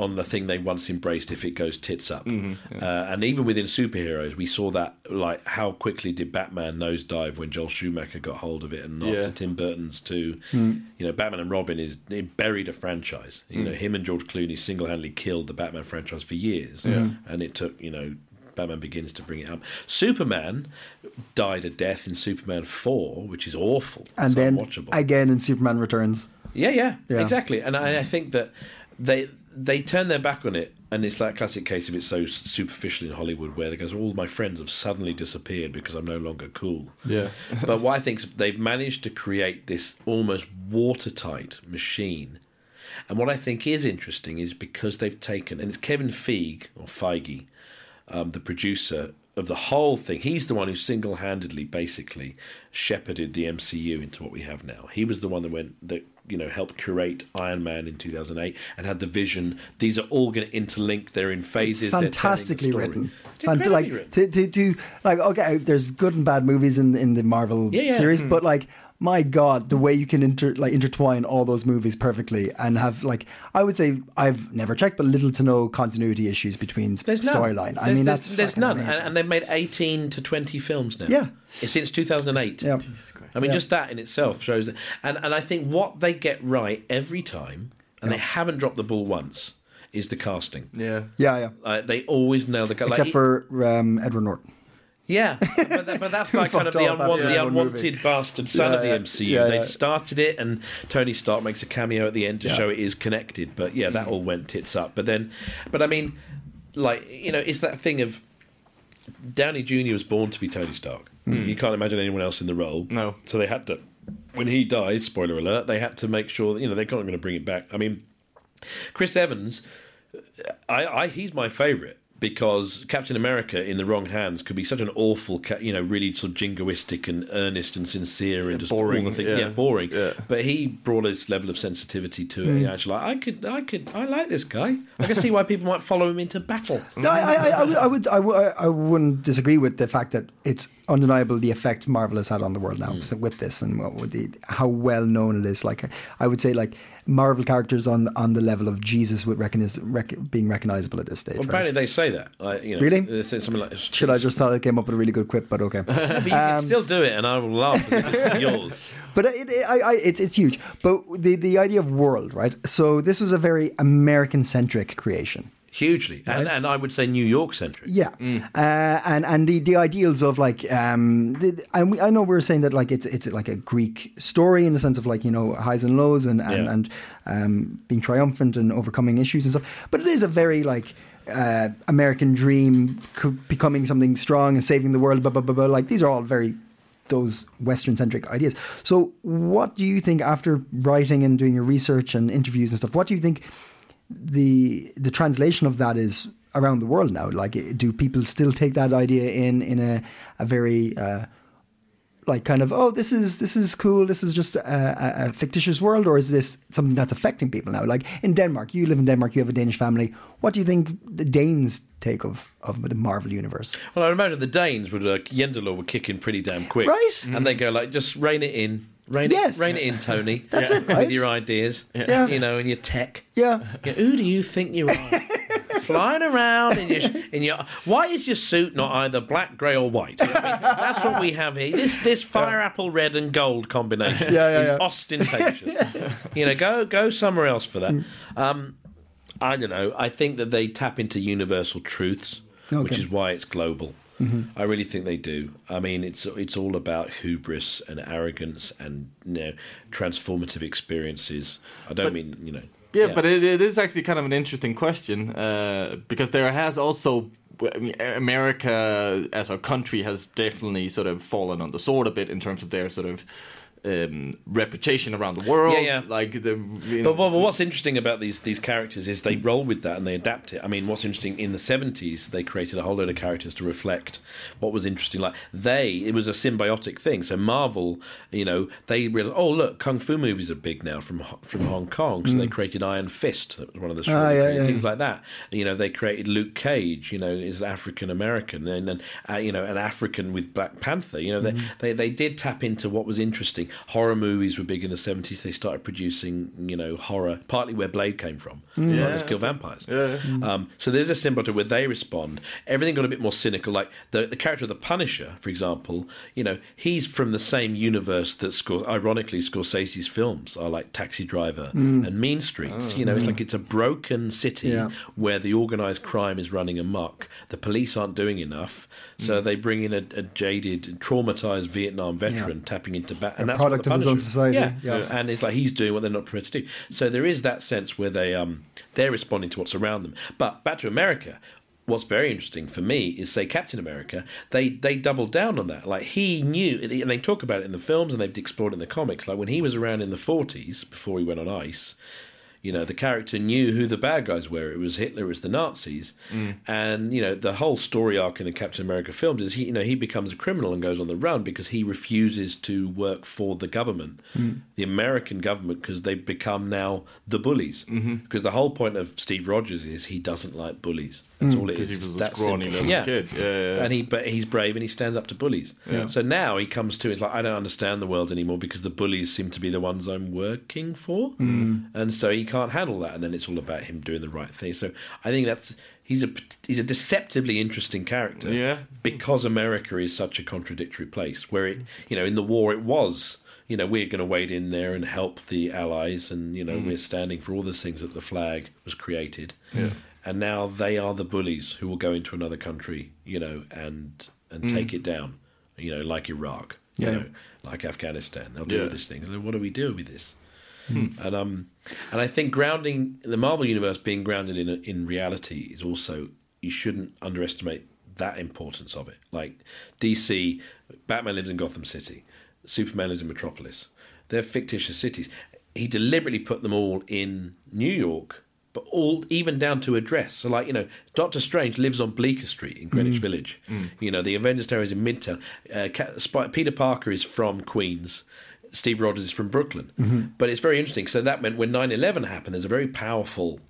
D: on the thing they once embraced if it goes tits up. uh, and even within superheroes, we saw that like how quickly did Batman nosedive when Joel Schumacher got hold of it, and
C: Yeah.
D: after Tim Burton's too,
B: Hmm.
D: you know, Batman and Robin is it buried a franchise. You know, him and George Clooney single handedly killed the Batman franchise for years, and it took you know Batman Begins to bring it up. Superman died a death in Superman 4, which is awful.
B: and
D: it's
B: then
D: unwatchable.
B: again in Superman Returns.
D: yeah, yeah,
B: Yeah.
D: exactly. And I, I think that they they turn their back on it, and it's that classic case of it's so superficial in Hollywood where they goes, all my friends have suddenly disappeared because I'm no longer cool.
C: Yeah.
D: but what I think is they've managed to create this almost watertight machine. And what I think is interesting is because they've taken, and it's Kevin Feige or Feige, um, the producer of the whole thing. He's the one who single handedly basically shepherded the MCU into what we have now. He was the one that went that you know helped curate Iron Man in 2008 and had the vision. These are all going to interlink. They're in
B: It's
D: phases. they're telling the
B: fantastically
D: story."
B: written.
D: It's
B: Fant-
D: incredibly
B: like To,
D: written.
B: to to like okay, there's good and bad movies in in the Marvel
D: Yeah, Hmm. yeah.
B: series, but like my god, the way you can inter like intertwine all those movies perfectly and have like I would say I've never checked, but little to no continuity issues between
D: There's none.
B: storyline. I
D: There's-
B: mean,
D: there's,
B: that's
D: there's
B: fucking
D: none, and,
B: amazing.
D: and they've made 18 to 20 films now.
B: Yeah.
D: since 2008.
B: Yeah.
D: I mean,
B: Yeah.
D: just that in itself shows. That, and and I think what they get right every time, and they haven't dropped the ball once, is the casting.
C: yeah.
B: yeah, yeah.
D: Uh, they always nail the guy.
B: Except for um, Edward Norton.
D: yeah, but, that, but that's like kind of the,
B: Fucked off
D: unwa-
B: after
D: the
B: that one
D: unwanted
B: movie.
D: bastard son
B: Yeah,
D: of the
B: yeah.
D: MCU.
B: Yeah,
D: they
B: yeah.
D: started it, and Tony Stark makes a cameo at the end to show it is connected. But yeah,
B: Mm.
D: that all went tits up. But then, but I mean, like you know, it's that thing of Downey Jr. was born to be Tony Stark.
B: Mm.
D: You can't imagine anyone else in the role.
C: No.
D: So they had to, when he dies, spoiler alert, they had to make sure that, you know, they're not going to bring it back. I mean, Chris Evans, I, I he's my favourite because Captain America in the wrong hands could be such an awful, ca- you know, really sort of jingoistic and earnest and sincere and just
C: boring,
D: All the thing,
C: yeah.
D: yeah. boring.
C: Yeah.
D: But he brought this level of sensitivity to
B: Hmm.
D: it. Actually, I could, I could, I like this guy. I can see why people might follow him into battle.
B: No, I, I, I, I would, I, would, I, w- I wouldn't disagree with the fact that it's undeniable the effect Marvel has had on the world now
D: Hmm.
B: so with this and what would the, how well known it is. Like I would say, like Marvel characters on on the level of Jesus would recognize rec- being recognizable at this stage.
D: Well,
B: right?
D: apparently they say that. Like, you know,
B: Really?
D: they say Something like,
B: Should I just um, thought I came up with a really good quip, but okay.
D: But you can still do it, and I will laugh as if it's yours.
B: But it, it, I, I, it's it's huge. But the the idea of world, right? So this was a very American centric creation.
D: Hugely, and, and I would say New York centric.
B: Yeah, uh, and and the, the ideals of like, um, the, and we, I know we were saying that like it's it's like a Greek story in the sense of like you know highs and lows and and,
D: Yeah.
B: and um, being triumphant and overcoming issues and stuff. But it is a very like uh, American dream, c- becoming something strong and saving the world. Blah blah blah. blah. Like these are all very those Western centric ideas. So what do you think after writing and doing your research and interviews and stuff? What do you think? the the translation of that is around the world now. Like, i- do people still take that idea in in a a very uh, like kind of oh this is this is cool this is just a, a, a fictitious world or is this something that's affecting people now? Like in Denmark, you live in Denmark, you have a Danish family. What do you think the Danes take of of the Marvel universe?
D: Well, I imagine the Danes would, uh, Yendelor would kick in pretty damn quick,
B: Right.
D: And they go like, just rein it in, rein
B: Yes.
D: it, rein it in, Tony.
B: That's it, right?
D: With your ideas,
B: Yeah.
D: you know, and your tech.
B: Yeah,
D: Yeah, who do you think you are? Flying around in your, in your. Why is your suit not either black, grey, or white? That's what we have here. This this fire apple red and gold combination
B: Yeah, yeah,
D: is
B: yeah.
D: ostentatious. you know, go go somewhere else for
B: Mm.
D: that. Um, I don't know. I think that they tap into universal truths, which
B: Okay.
D: is why it's global.
B: Mm-hmm.
D: I really think they do. I mean, it's it's all about hubris and arrogance and you know transformative experiences. I don't mean you know.
C: Yeah, but it, it is actually kind of an interesting question uh, because there has also I mean, America as a country has definitely sort of fallen on the sword a bit in terms of their sort of um, reputation around the world.
D: Yeah, yeah.
C: Like the you know,
D: But, but, but what's interesting about these these characters is they roll with that and they adapt it. I mean, what's interesting in the seventies they created a whole load of characters to reflect what was interesting. Like they, it was a symbiotic thing. So Marvel, you know, they realized, oh look, kung fu movies are big now from Ho- from Hong Kong. So they created Iron Fist, that was one of the
B: Mm. Ah, yeah, yeah.
C: Mm.
D: things like that. You know, they created Luke Cage. You know, is African American and then uh, you know an African with Black Panther. You know, they,
C: Mm.
D: they they did tap into what was interesting. Horror movies were big in the seventies. They started producing you know horror, partly where Blade came from. Yeah,
C: Mm. Yeah.
D: let's kill vampires. Um, so there's a symbiotic where they respond. Everything got a bit more cynical. Like the the character of the Punisher, for example. You know, he's from the same universe that Scor- ironically Scorsese's films are like Taxi Driver
C: Mm.
D: and Mean Streets.
C: Ah.
D: you know, it's like it's a broken city
B: Yeah.
D: where the organised crime is running amok. The police aren't doing enough,
B: Mm.
D: so they bring in a, a jaded, traumatized Vietnam veteran tapping into bat, and that's what
B: product
D: the
B: of his own
D: Punisher-
B: society,
D: Yeah.
B: yeah.
D: and it's like he's doing what they're not permitted to do. So there is that sense where they um, they're responding to what's around them. But back to America. What's very interesting for me is, say, Captain America. They they doubled down on that. Like he knew, and they talk about it in the films, and they've explored it in the comics. Like when he was around in the forties, before he went on ice, you know, the character knew who the bad guys were. It was Hitler, it was the Nazis,
C: Mm.
D: and you know, the whole story arc in the Captain America films is he, you know, he becomes a criminal and goes on the run because he refuses to work for the government,
C: Mm.
D: the American government, because they've become now the bullies.
C: Mm-hmm.
D: Because the whole point of Steve Rogers is he doesn't like bullies. That's all it is.
C: Mm. he was a
D: That
C: scrawny
D: simple.
C: little
D: Yeah. Uh,
C: kid. Yeah, yeah, yeah.
D: And he, but he's brave and he stands up to bullies. So now he comes to it's like I don't understand the world anymore because the bullies seem to be the ones I'm working for,
C: Mm.
D: and so he can't handle that. And then it's all about him doing the right thing. So I think that's he's a he's a deceptively interesting character.
C: Yeah.
D: because America is such a contradictory place where it you know in the war it was. You know, we're going to wade in there and help the allies, and you know, we're standing for all the things that the flag was created and now they are the bullies who will go into another country, you know, and and take it down, you know, like Iraq,
B: Yeah.
D: you know, like Afghanistan. They'll do
C: Yeah.
D: all these things. And what do we do with this? And um, and I think grounding the Marvel universe being grounded in in reality is also you shouldn't underestimate that importance of it. Like DC, Batman lives in Gotham City, Superman lives in Metropolis. They're fictitious cities. He deliberately put them all in New York, but all even down to address. So like you know, Doctor Strange lives on Bleecker Street in Greenwich Village. You know, the Avengers Tower is in Midtown. Uh, Ca- Sp- Peter Parker is from Queens. Steve Rogers is from Brooklyn. But it's very interesting. So that meant when 9 11 happened, there's a very powerful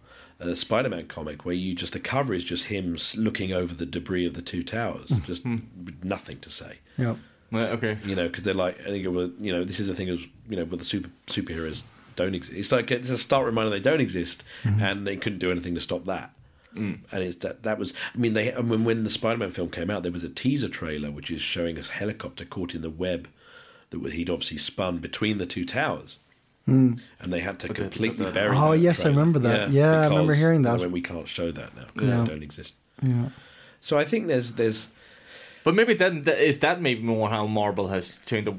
D: uh, Spider Man comic where you just, the cover is just him s- looking over the debris of the two towers, just with nothing to say.
B: Yeah.
C: Yeah, okay.
D: You know, because they're like, I think, it was, you know, this is the thing is, you know, with the super superheroes don't exist. It's like it's a stark reminder they don't exist,
B: Mm-hmm.
D: and they couldn't do anything to stop that. And it's that that was. I mean, they I mean, when the Spider-Man film came out, there was a teaser trailer which is showing a helicopter caught in the web that he'd obviously spun between the two towers. And they had to completely bury.
B: Mm. Oh,
D: that
B: yes, I
D: trailer.
B: remember that. Yeah, I remember
D: because
B: hearing
D: they
B: that.
D: went, we can't show that now because
B: Yeah.
D: they don't exist. So I think there's there's
C: But maybe then that is that maybe more how Marvel has changed the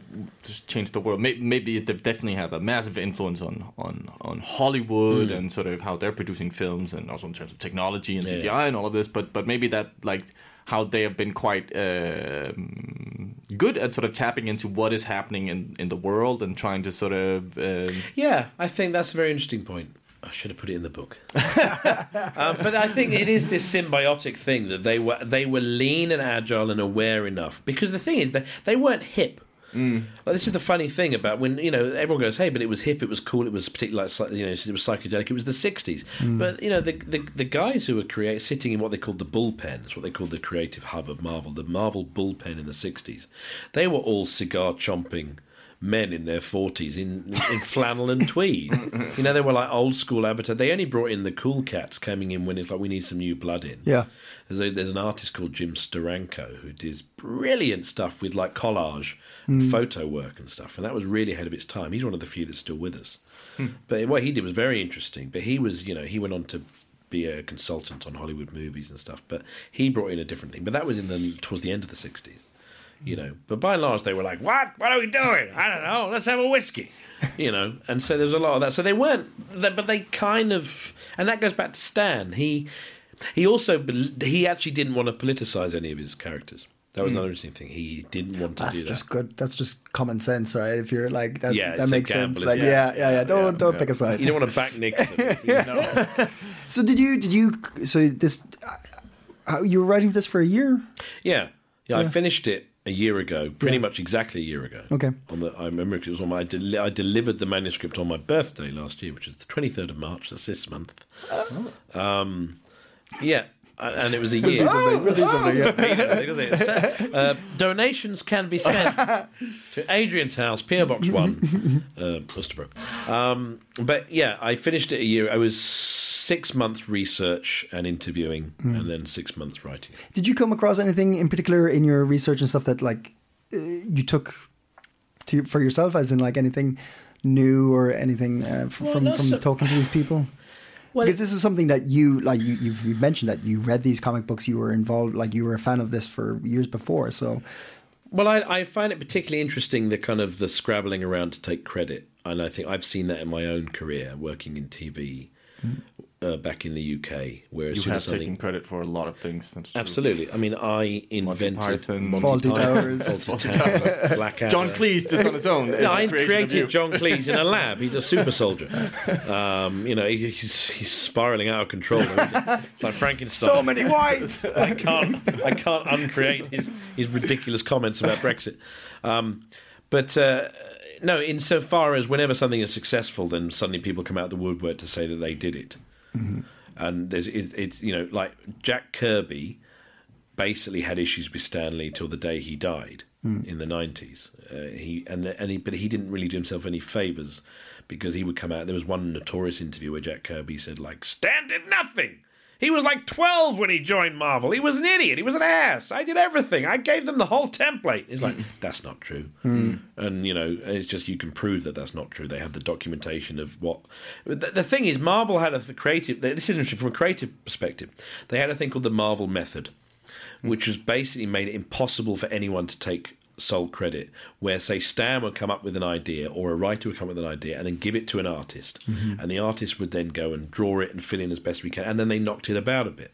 C: just changed the world. Maybe, maybe they definitely have a massive influence on on on Hollywood and sort of how they're producing films and also in terms of technology and
D: Mm. Yeah.
C: CGI and all of this. But but maybe that like how they have been quite um good at sort of tapping into what is happening in in the world and trying to sort of um,
D: Yeah, I think that's a very interesting point. I should have put it in the book. um, but I think it is this symbiotic thing that they were they were lean and agile and aware enough because the thing is that they weren't hip. Like, this is the funny thing about when you know everyone goes, "Hey, but it was hip, it was cool, it was particularly like psy- you know it was psychedelic, it was the '60s." But you know the, the the guys who were create, sitting in what they called the bullpen, it's what they called the creative hub of Marvel, the Marvel bullpen in the '60s. They were all cigar chomping men in their 40s in, in flannel and tweed. You know, they were like old school avatar. They only brought in the cool cats coming in when it's like, we need some new blood in.
B: Yeah.
D: There's, a, there's an artist called Jim Steranko who does brilliant stuff with like collage and photo work and stuff. And that was really ahead of its time. He's one of the few that's still with us. But what he did was very interesting. But he was, you know, he went on to be a consultant on Hollywood movies and stuff. But he brought in a different thing. But that was in the towards the end of the sixties. You know, but by and large, they were like, "What? What are we doing? I don't know. Let's have a whiskey." You know, and so there was a lot of that. So they weren't, they- but they kind of, and that goes back to Stan. He, he also, bel- he actually didn't want to politicize any of his characters. That was another interesting thing. He didn't want to
B: Hmm. That's
D: do that.
B: just good. That's just common sense, right? If you're like that,
D: Yeah,
B: that
D: it's a
B: makes
D: gamble,
B: sense. Like,
D: isn't it?
B: yeah, yeah, yeah. Don't don't pick a side.
D: You don't want to back Nixon. you know?
B: So did you did you so this uh, you were writing this for a year?
D: Yeah. yeah, I finished it a year ago, pretty much exactly a year ago.
B: Okay.
D: on the, I remember 'cause it was on my. I, deli- I delivered the manuscript on my birthday last year, which is the twenty third of March. That's this month. Um, yeah, I- and it was a year.
B: Oh,
D: Uh, donations can be sent to Adrian's house, PO Box One, uh, Ulsterbrook. Um, but yeah, I finished it a year. I was six months research and interviewing, and then six months writing.
B: Did you come across anything in particular in your research and stuff that like uh, you took to for yourself, as in like anything new or anything uh, f-
D: Well,
B: from
D: not
B: from
D: so-
B: talking to these people?
D: Well,
B: because this is something that you like you, you've, you've mentioned that you read these comic books you were involved like you were a fan of this for years before so
D: Well, I, I find it particularly interesting the kind of the scrabbling around to take credit, and I think I've seen that in my own career working in TV uh, back in the UK, where as
C: You
D: soon
C: have
D: as something
C: taken credit for a lot of things. That's true.
D: absolutely, I mean, I invented
C: Python.
B: Faulty Towers.
D: Faulty Towers, Blackadder.
C: John Cleese just on his own. is
D: No,
C: a
D: I
C: creation of you.
D: created John Cleese in a lab. He's a super soldier. Um, you know, he, he's, he's spiraling out of control. It's like Frankenstein.
B: many whites
D: I can't I can't uncreate his his ridiculous comments about Brexit. Um, but uh, no, insofar as whenever something is successful, then suddenly people come out of the woodwork to say that they did it. And there's it, it's you know like Jack Kirby basically had issues with Stanley till the day he died in the nineties. Uh, he and the, and he, but he didn't really do himself any favors because he would come out. There was one notorious interview where Jack Kirby said like Stan did nothing. He was like twelve when he joined Marvel. He was an idiot. He was an ass. I did everything. I gave them the whole template. It's like that's not true. And you know, it's just you can prove that that's not true. They have the documentation of what. The, the thing is, Marvel had a th- creative. This is interesting from a creative perspective. They had a thing called the Marvel Method Mm. which was basically made it impossible for anyone to take sole credit. Where, say, Stan would come up with an idea or a writer would come up with an idea and then give it to an artist. And the artist would then go and draw it and fill in as best we can. And then they knocked it about a bit.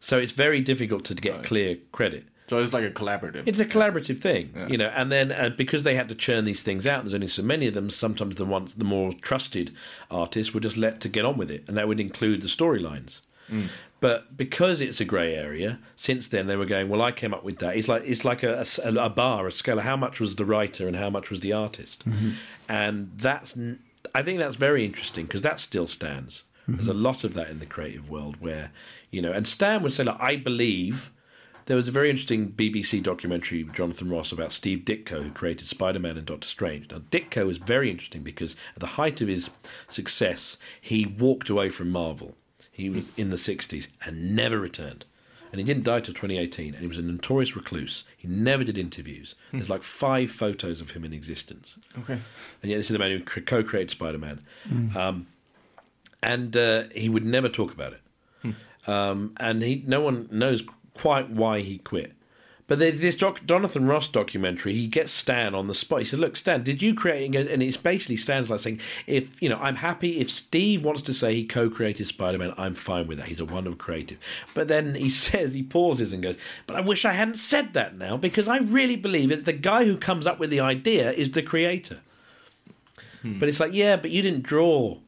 D: So it's very difficult to get clear credit.
C: So it's like a collaborative.
D: It's a collaborative thing, you know. And then uh, because they had to churn these things out, there's only so many of them. Sometimes the ones the more trusted artists were just let to get on with it, and that would include the storylines. But because it's a grey area, since then they were going. Well, I came up with that. It's like it's like a, a s- a bar, a scale. of How much was the writer and how much was the artist? And that's n- I think that's very interesting because that still stands. There's a lot of that in the creative world where you know, and Stan would say, "Like I believe." There was a very interesting BBC documentary, with Jonathan Ross, about Steve Ditko, who created Spider Man and Doctor Strange. Now, Ditko was very interesting because at the height of his success, he walked away from Marvel. He was in the 60s and never returned. And he didn't die till 2018, and he was a notorious recluse. He never did interviews. There's like five photos of him in existence. Okay. And yet, this is the man who co created Spider Man. Um, and uh, he would never talk about it um, and he no one knows quite why he quit. But there's this doc, Jonathan Ross documentary, he gets Stan on the spot. He says, "Look, Stan, did you create?" And, he goes- and it's basically Stan's like saying, "If you know, I'm happy. If Steve wants to say he co-created Spider-Man, I'm fine with that. He's a wonderful creative." But then he says he pauses and goes, "But I wish I hadn't said that now because I really believe that the guy who comes up with the idea is the creator." But it's like, yeah, but you didn't draw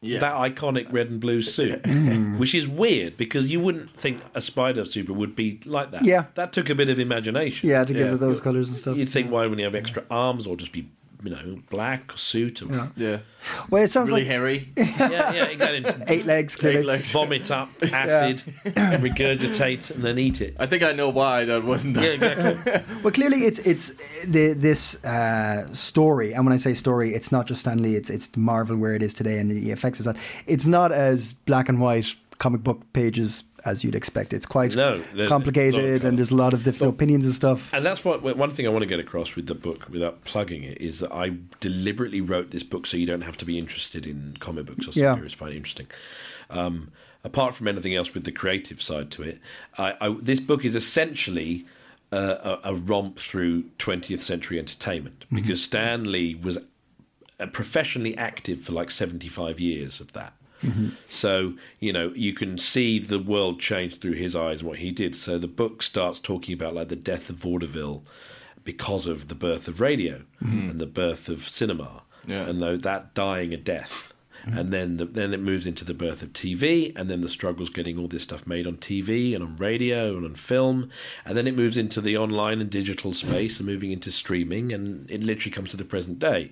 D: that iconic red and blue suit,
B: Mm.
D: which is weird because you wouldn't think a spider super would be like that.
B: Yeah.
D: that took a bit of imagination.
B: yeah to give
C: Yeah.
B: it those colors and stuff
D: you'd think why wouldn't you have extra arms or just be you know black or suit or yeah,
C: yeah.
B: well it sounds
C: Really
B: like
C: hairy.
D: yeah, exactly.
B: eight legs clearly
C: Eight legs.
D: Vomit up acid, regurgitate, and then eat it.
C: I think I know why that wasn't
D: Yeah,
C: that.
D: exactly.
B: Well, clearly, it's it's the, this uh, story, and when I say story, it's not just Stanley. It's it's Marvel where it is today, and the effects is that it's not as black and white comic book pages as you'd expect. It's quite
D: No, there's a lot of
B: complicated,
D: colour.
B: and there's a lot of different opinions and stuff.
D: And that's what one thing I want to get across with the book, without plugging it, is that I deliberately wrote this book so you don't have to be interested in comic books or
B: Yeah.
D: superheroes. Find it interesting. Um, apart from anything else with the creative side to it, I, I, this book is essentially uh, a, a romp through 20th century entertainment because Stan Lee was uh, professionally active for like 75 years of that. So, you know, you can see the world change through his eyes and what he did. So the book starts talking about like the death of vaudeville because of the birth of radio and the birth of cinema
C: Yeah.
D: and tho- that dying a death. And then the, then it moves into the birth of TV, and then the struggles getting all this stuff made on TV and on radio and on film, and then it moves into the online and digital space and moving into streaming, and it literally comes to the present day.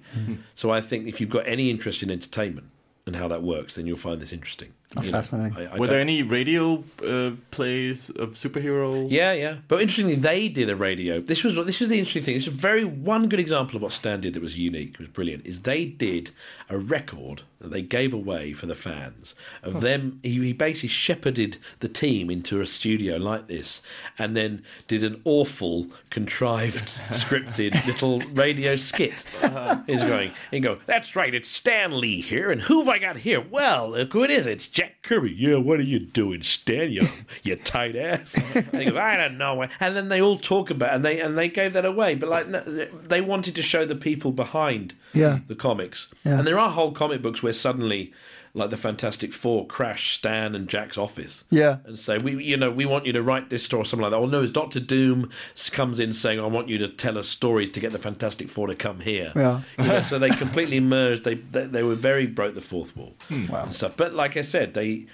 D: So I think if you've got any interest in entertainment and how that works, then you'll find this interesting.
B: Oh, fascinating.
D: I- I
C: Were there
D: don't-
C: any radio uh, plays of superhero?
D: yeah, yeah. But interestingly, they did a radio. This was this was the interesting thing. This is very one good example of what Stan did that was unique, was brilliant. Is they did a record that they gave away for the fans of them. He, he basically shepherded the team into a studio like this, and then did an awful contrived, scripted little radio skit.
B: Uh-huh.
D: He's going, he go. That's right. It's Stan Lee here, and who've I got here? Well, look who it is. It's Jack Kirby. Yeah, what are you doing, Stan? You, you tight ass. And he goes, I don't know. And then they all talk about, and they and they gave that away. But like, no, they wanted to show the people behind
B: Yeah.
D: the comics.
B: Yeah.
D: And there are whole comic books where suddenly, like the Fantastic Four, crash Stan and Jack's office
B: Yeah.
D: and say, "We, you know, we want you to write this story, or something like that." Or no, it's Doctor Doom s- comes in saying, "I want you to tell us stories to get the Fantastic Four to come here."
B: Yeah.
D: You know, so they completely merged. They, they they were very broke the fourth wall and stuff. But like I said, they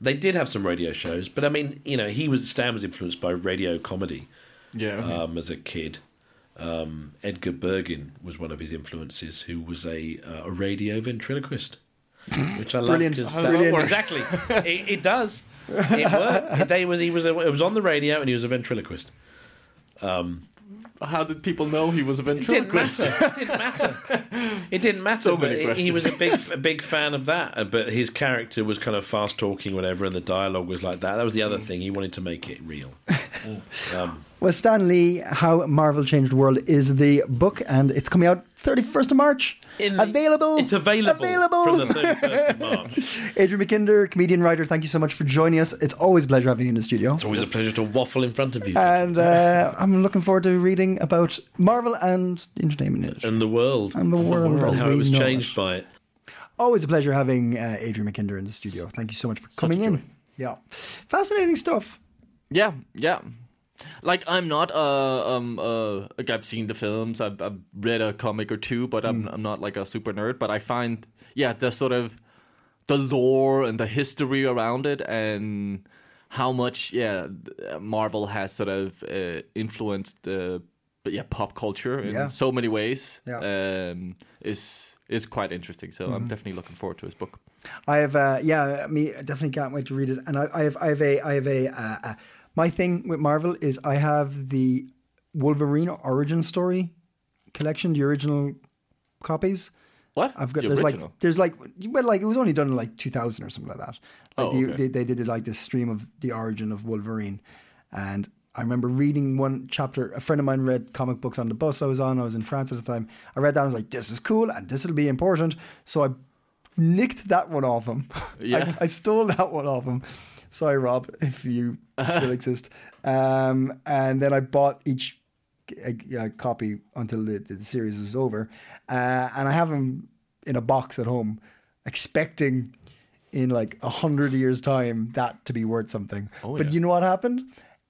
D: they did have some radio shows. But I mean, you know, he was Stan was influenced by radio comedy
C: Yeah. okay.
D: um, as a kid. Um, Edgar Bergen was one of his influences, who was a, uh, a radio ventriloquist, which I love.
B: Brilliant.
D: 'cause
B: How
D: that-
B: does that work?
D: Exactly. it, it does. It worked. They was, he was a, it was on the radio and he was a ventriloquist.
C: How did people know he was a
D: It didn't
C: ventriloquist?
D: matter. It didn't matter. It didn't matter.
C: So
D: but
C: many
D: he- he
C: questions.
D: was a big, a big fan of that. uh, But his character was kind of fast talking, whatever, and the dialogue was like that. That was the other thing. He wanted to make it real.
B: Well, Stan Lee, How Marvel Changed the World is the book, and it's coming out 31st of March.
D: In the-
B: available.
D: It's available.
B: Available.
D: from the 31st of March.
B: Adrian McKinder, comedian, writer, thank you so much for joining us. It's always a pleasure having you in the studio.
D: It's always a pleasure to waffle in front of you.
B: And uh, I'm looking forward to reading about Marvel and the entertainment
C: Um,
B: industry.
D: and the world
B: And the world as
D: how
B: we
D: it was
B: know
D: changed
B: it.
D: by it.
B: Always a pleasure having uh, Adrian McKinder in the studio. Thank you so much for coming
C: a
B: in.
C: joy.
B: Yeah. Fascinating stuff.
C: Yeah, yeah. Like I'm not uh, um uh like I've seen the films, I've, I've read a comic or two, but
B: Hmm.
C: I'm I'm not like a super nerd. But I find yeah the sort of the lore and the history around it and how much yeah th- Marvel has sort of uh, influenced uh, but yeah pop culture in
B: Yeah.
C: so many ways
B: Yeah. Mm-hmm.
C: um, is is quite interesting. So I'm definitely looking forward to his book.
B: I have, uh, yeah, I mean, I definitely can't wait to read it. And I, I have, I have a, I have a, uh, uh, my thing with Marvel is I have the Wolverine origin story collection, the original copies.
C: What
B: I've got
C: The
B: there's
C: original?
B: like there's like well like it was only done in like 2000 or something like that. Like
C: Oh,
B: the,
C: okay.
B: they, they did like this stream of the origin of Wolverine, and I remember reading one chapter. A friend of mine read comic books on the bus I was on. I was in France at the time. I read that. and I was like, this is cool and this will be important. So I nicked that one off him.
C: Yeah.
B: I, I stole that one off him. Sorry, Rob, if you still exist. Um, and then I bought each uh, uh, copy until the, the series was over, uh, and I have them in a box at home, expecting in like a hundred years' time that to be worth something.
C: Oh,
B: but you know what happened?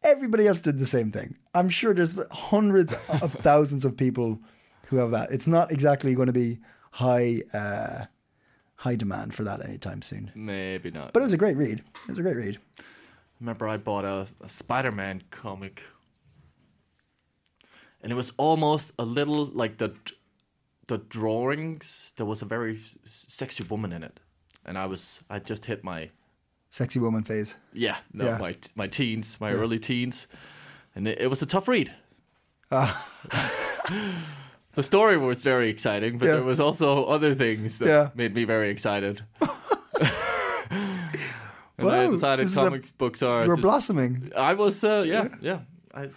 B: Everybody else did the same thing. I'm sure there's hundreds of thousands of people who have that. It's not exactly going to be high. Uh, high demand for that anytime soon.
C: maybe not.
B: But it was a great read. It was a great read.
C: remember I bought a, a Spider-Man comic, and it was almost a little like the the drawings. There was a very s- sexy woman in it, and I was I just hit my
B: Sexy woman phase.
C: yeah no
B: Yeah.
C: my my teens my early teens, and it, it was a tough read.
B: Ah.
C: the story was very exciting, but
B: Yeah.
C: there was also other things that
B: Yeah.
C: made me very excited. and I
B: Wow,
C: decided
B: this is a-
C: comics books are
B: You were
C: just-
B: blossoming.
C: I was, uh, yeah, yeah. I had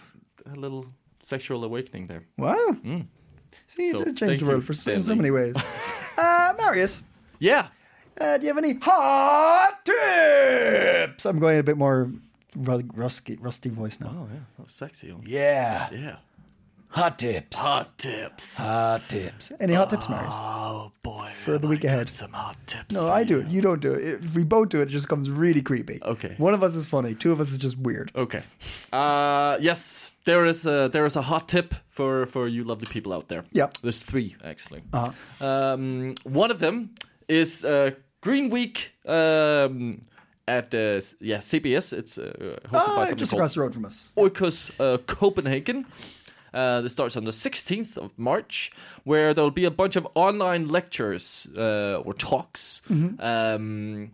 C: a little sexual awakening there.
B: Wow. See, it
C: Mm. So,
B: did
C: thank
B: change the world
C: you,
B: for so, in so
C: Stanley.
B: many ways. uh, Marius,
C: Yeah.
B: Uh, do you have any hot tips? I'm going a bit more ru- rusty, rusty voice now.
C: Oh yeah, that was sexy. one.
B: Yeah.
C: Yeah.
B: Hot tips.
C: Hot tips.
B: Hot tips. Any hot tips, Marius?
C: Oh boy.
B: For the week ahead.
C: Some hot tips.
B: No,
C: for
B: I do
C: you.
B: it. You don't do it. If we both do it, it just becomes really creepy.
C: Okay. Oh,
B: One of us is funny. Two of us is just weird.
C: Okay. Uh, yes, there is a there is a hot tip for for you lovely people out there.
B: Yeah.
C: There's three actually. Uh-huh. Um, one of them is uh, Green Week um, at uh, s- yeah CBS. It's uh, hosted by
B: Ah,
C: something
B: just
C: called
B: across the road from us.
C: Oikos uh, Copenhagen. Uh, this starts on the 16th of March, where there'll be a bunch of online lectures uh, or talks. Um,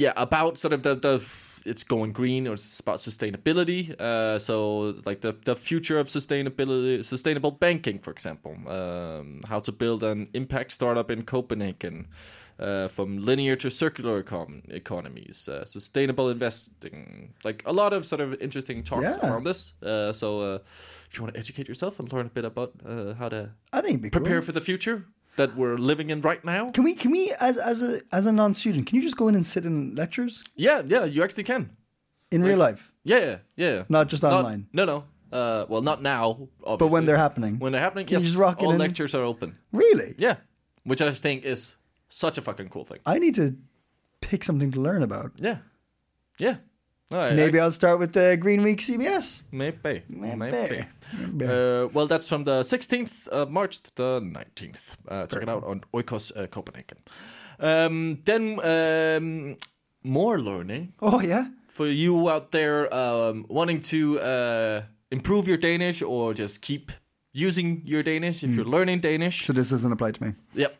C: yeah, about sort of the, the it's going green or it's about sustainability. Uh, so like the, the future of sustainability, sustainable banking, for example, um, how to build an impact startup in Copenhagen. Uh, from linear to circular econ- economies, uh, sustainable investing, like a lot of sort of interesting talks
B: Yeah.
C: around this. Uh, so, uh, if you want to educate yourself and learn a bit about uh, how to
B: I think it'd be
C: prepare
B: cool.
C: for the future that we're living in right now,
B: Can we? Can we? As as a as a non student, can you just go in and sit in lectures
C: yeah, yeah, you actually can.
B: in real life?
C: Yeah, yeah, yeah, yeah.
B: Not just online.
C: No, no. Uh, well, not now, obviously.
B: when they're happening.
C: When they're happening,
B: you
C: yes.
B: just rock it
C: all
B: in?
C: lectures are open.
B: Really?
C: Yeah, which I think is such a fucking cool thing.
B: I need to pick something to learn about.
C: Yeah, yeah. All right,
B: Maybe
C: I-
B: I'll start with the Green Week CBS.
C: maybe, maybe.
B: Maybe.
C: Uh, well, that's from the 16th of March to the 19th. Uh, check it out on Oikos uh, Copenhagen. Um, then um, more learning.
B: oh yeah.
C: for you out there um, wanting to uh, improve your Danish or just keep using your Danish if you're learning Danish.
B: So this doesn't apply to me.
C: Yep.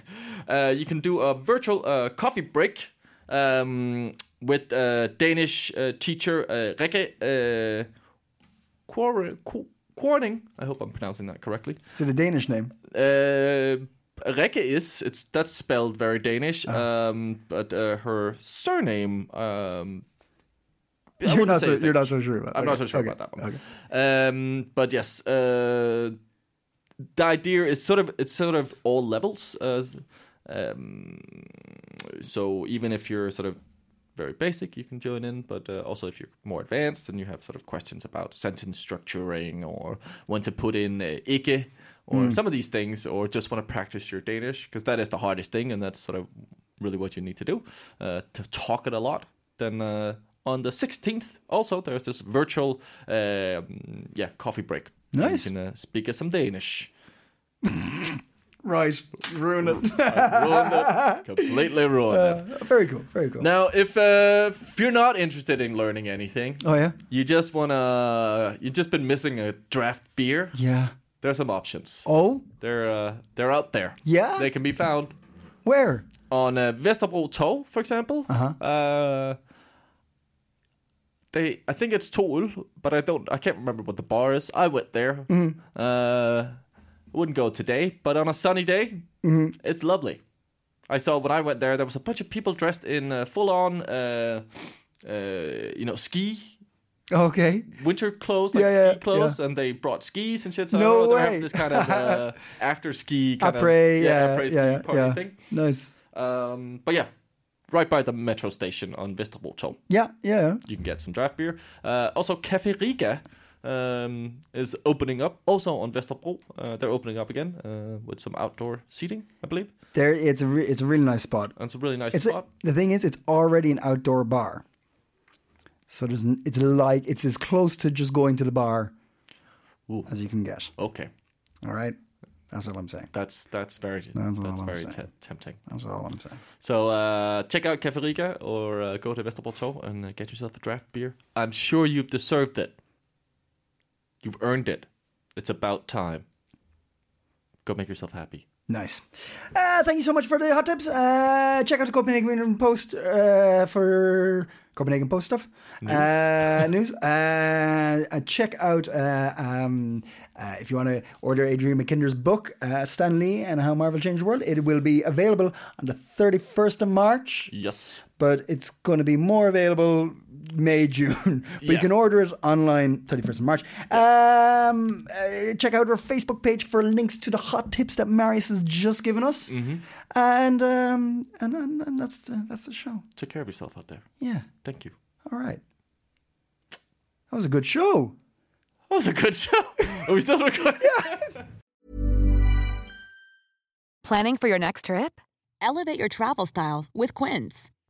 C: uh, you can do a virtual uh, coffee break um, with uh, Danish uh, teacher uh, Rikke uh, Quor- Qu- Quarning. I hope I'm pronouncing that correctly.
B: Is it a Danish name?
C: Uh, Rikke is it's that's spelled very Danish,
B: Ah.
C: um, but uh, her surname. Um, I
B: you're
C: wouldn't
B: not.
C: say
B: So,
C: it's
B: you're
C: Danish.
B: not so sure about.
C: I'm not so
B: Okay,
C: sure
B: okay,
C: about that one.
B: okay.
C: Um, but yes, uh, the idea is sort of it's sort of all levels. Uh, um, so even if you're sort of very basic, you can join in. But uh, also if you're more advanced and you have sort of questions about sentence structuring or want to put in uh, ikke or some of these things, or just want to practice your Danish because that is the hardest thing, and that's sort of really what you need to do uh, to talk it a lot. Then uh, on the 16th, also there's this virtual, um yeah, coffee break.
B: Nice.
C: You can uh, speak some Danish.
B: Right. Ruin it.
C: Ruined it. Completely ruined it.
B: very cool. Very cool.
C: Now, if uh, if you're not interested in learning anything,
B: Oh yeah.
C: you just wanna you've just been missing a draft beer.
B: Yeah.
C: There's some options.
B: Oh.
C: They're uh, they're out there.
B: Yeah?
C: they can be found
B: Where?
C: on uh, Vesterbro Tow, for example. Uh-huh. they, I think it's Toll, but I don't, I can't remember what the bar is. I went there.
B: Mm-hmm.
C: Uh, I wouldn't go today, but on a sunny day,
B: Mm-hmm.
C: it's lovely. I saw when I went there, there was a bunch of people dressed in uh, full-on, uh, uh, you know, ski
B: Okay.
C: winter clothes, like
B: Yeah, yeah,
C: ski clothes, and they brought skis and shit. So I
B: No
C: don't know, they
B: way.
C: have this kind of uh, after ski kind
B: Après.
C: of
B: Yeah.
C: après ski
B: Yeah.
C: party
B: Yeah.
C: thing.
B: Nice.
C: Um, but yeah, right by the metro station on Vesterbotten,
B: Yeah. Yeah.
C: you can get some draft beer. Uh, also, Cafe Riga um, is opening up, also on Vesterbro. Uh, they're opening up again uh, with some outdoor seating, I believe,
B: There. It's a. Re- it's a really nice spot.
C: and some really nice
B: It's a,
C: spot.
B: the thing is, it's already an outdoor bar. So there's n- it's like it's as close to just going to the bar
C: Ooh.
B: as you can get.
C: Okay,
B: All right, that's all I'm saying.
C: that's that's very
B: all
C: that's,
B: I'm
C: very
B: saying.
C: te- tempting.
B: That's all I'm saying.
C: So uh, check out Cafe Riga or uh, go to Vesterbro and uh, get yourself a draft beer. I'm sure you've deserved it. You've earned it. It's about time. Go make yourself happy.
B: Nice. Uh, thank you so much for the hot tips. Uh, check out the Copenhagen Post uh, for Copenhagen Post stuff. News. Uh, news. Uh, uh, check out uh, um, uh, if you want to order Adrian McKinder's book, uh, Stan Lee and How Marvel Changed the World. It will be available on the 31st of March.
C: Yes.
B: but it's going to be more available May, June. but you
C: Yeah.
B: can order it online 31st of March. Um, uh, check out our Facebook page for links to the hot tips that Marius has just given us. And, um, and, and, and that's, the, that's the show.
C: Take care of yourself out there.
B: Yeah.
C: Thank you.
B: All right. That was a good show.
C: That was a good show. Are we still recording?
E: Planning for your next trip?
F: Elevate your travel style with Quince.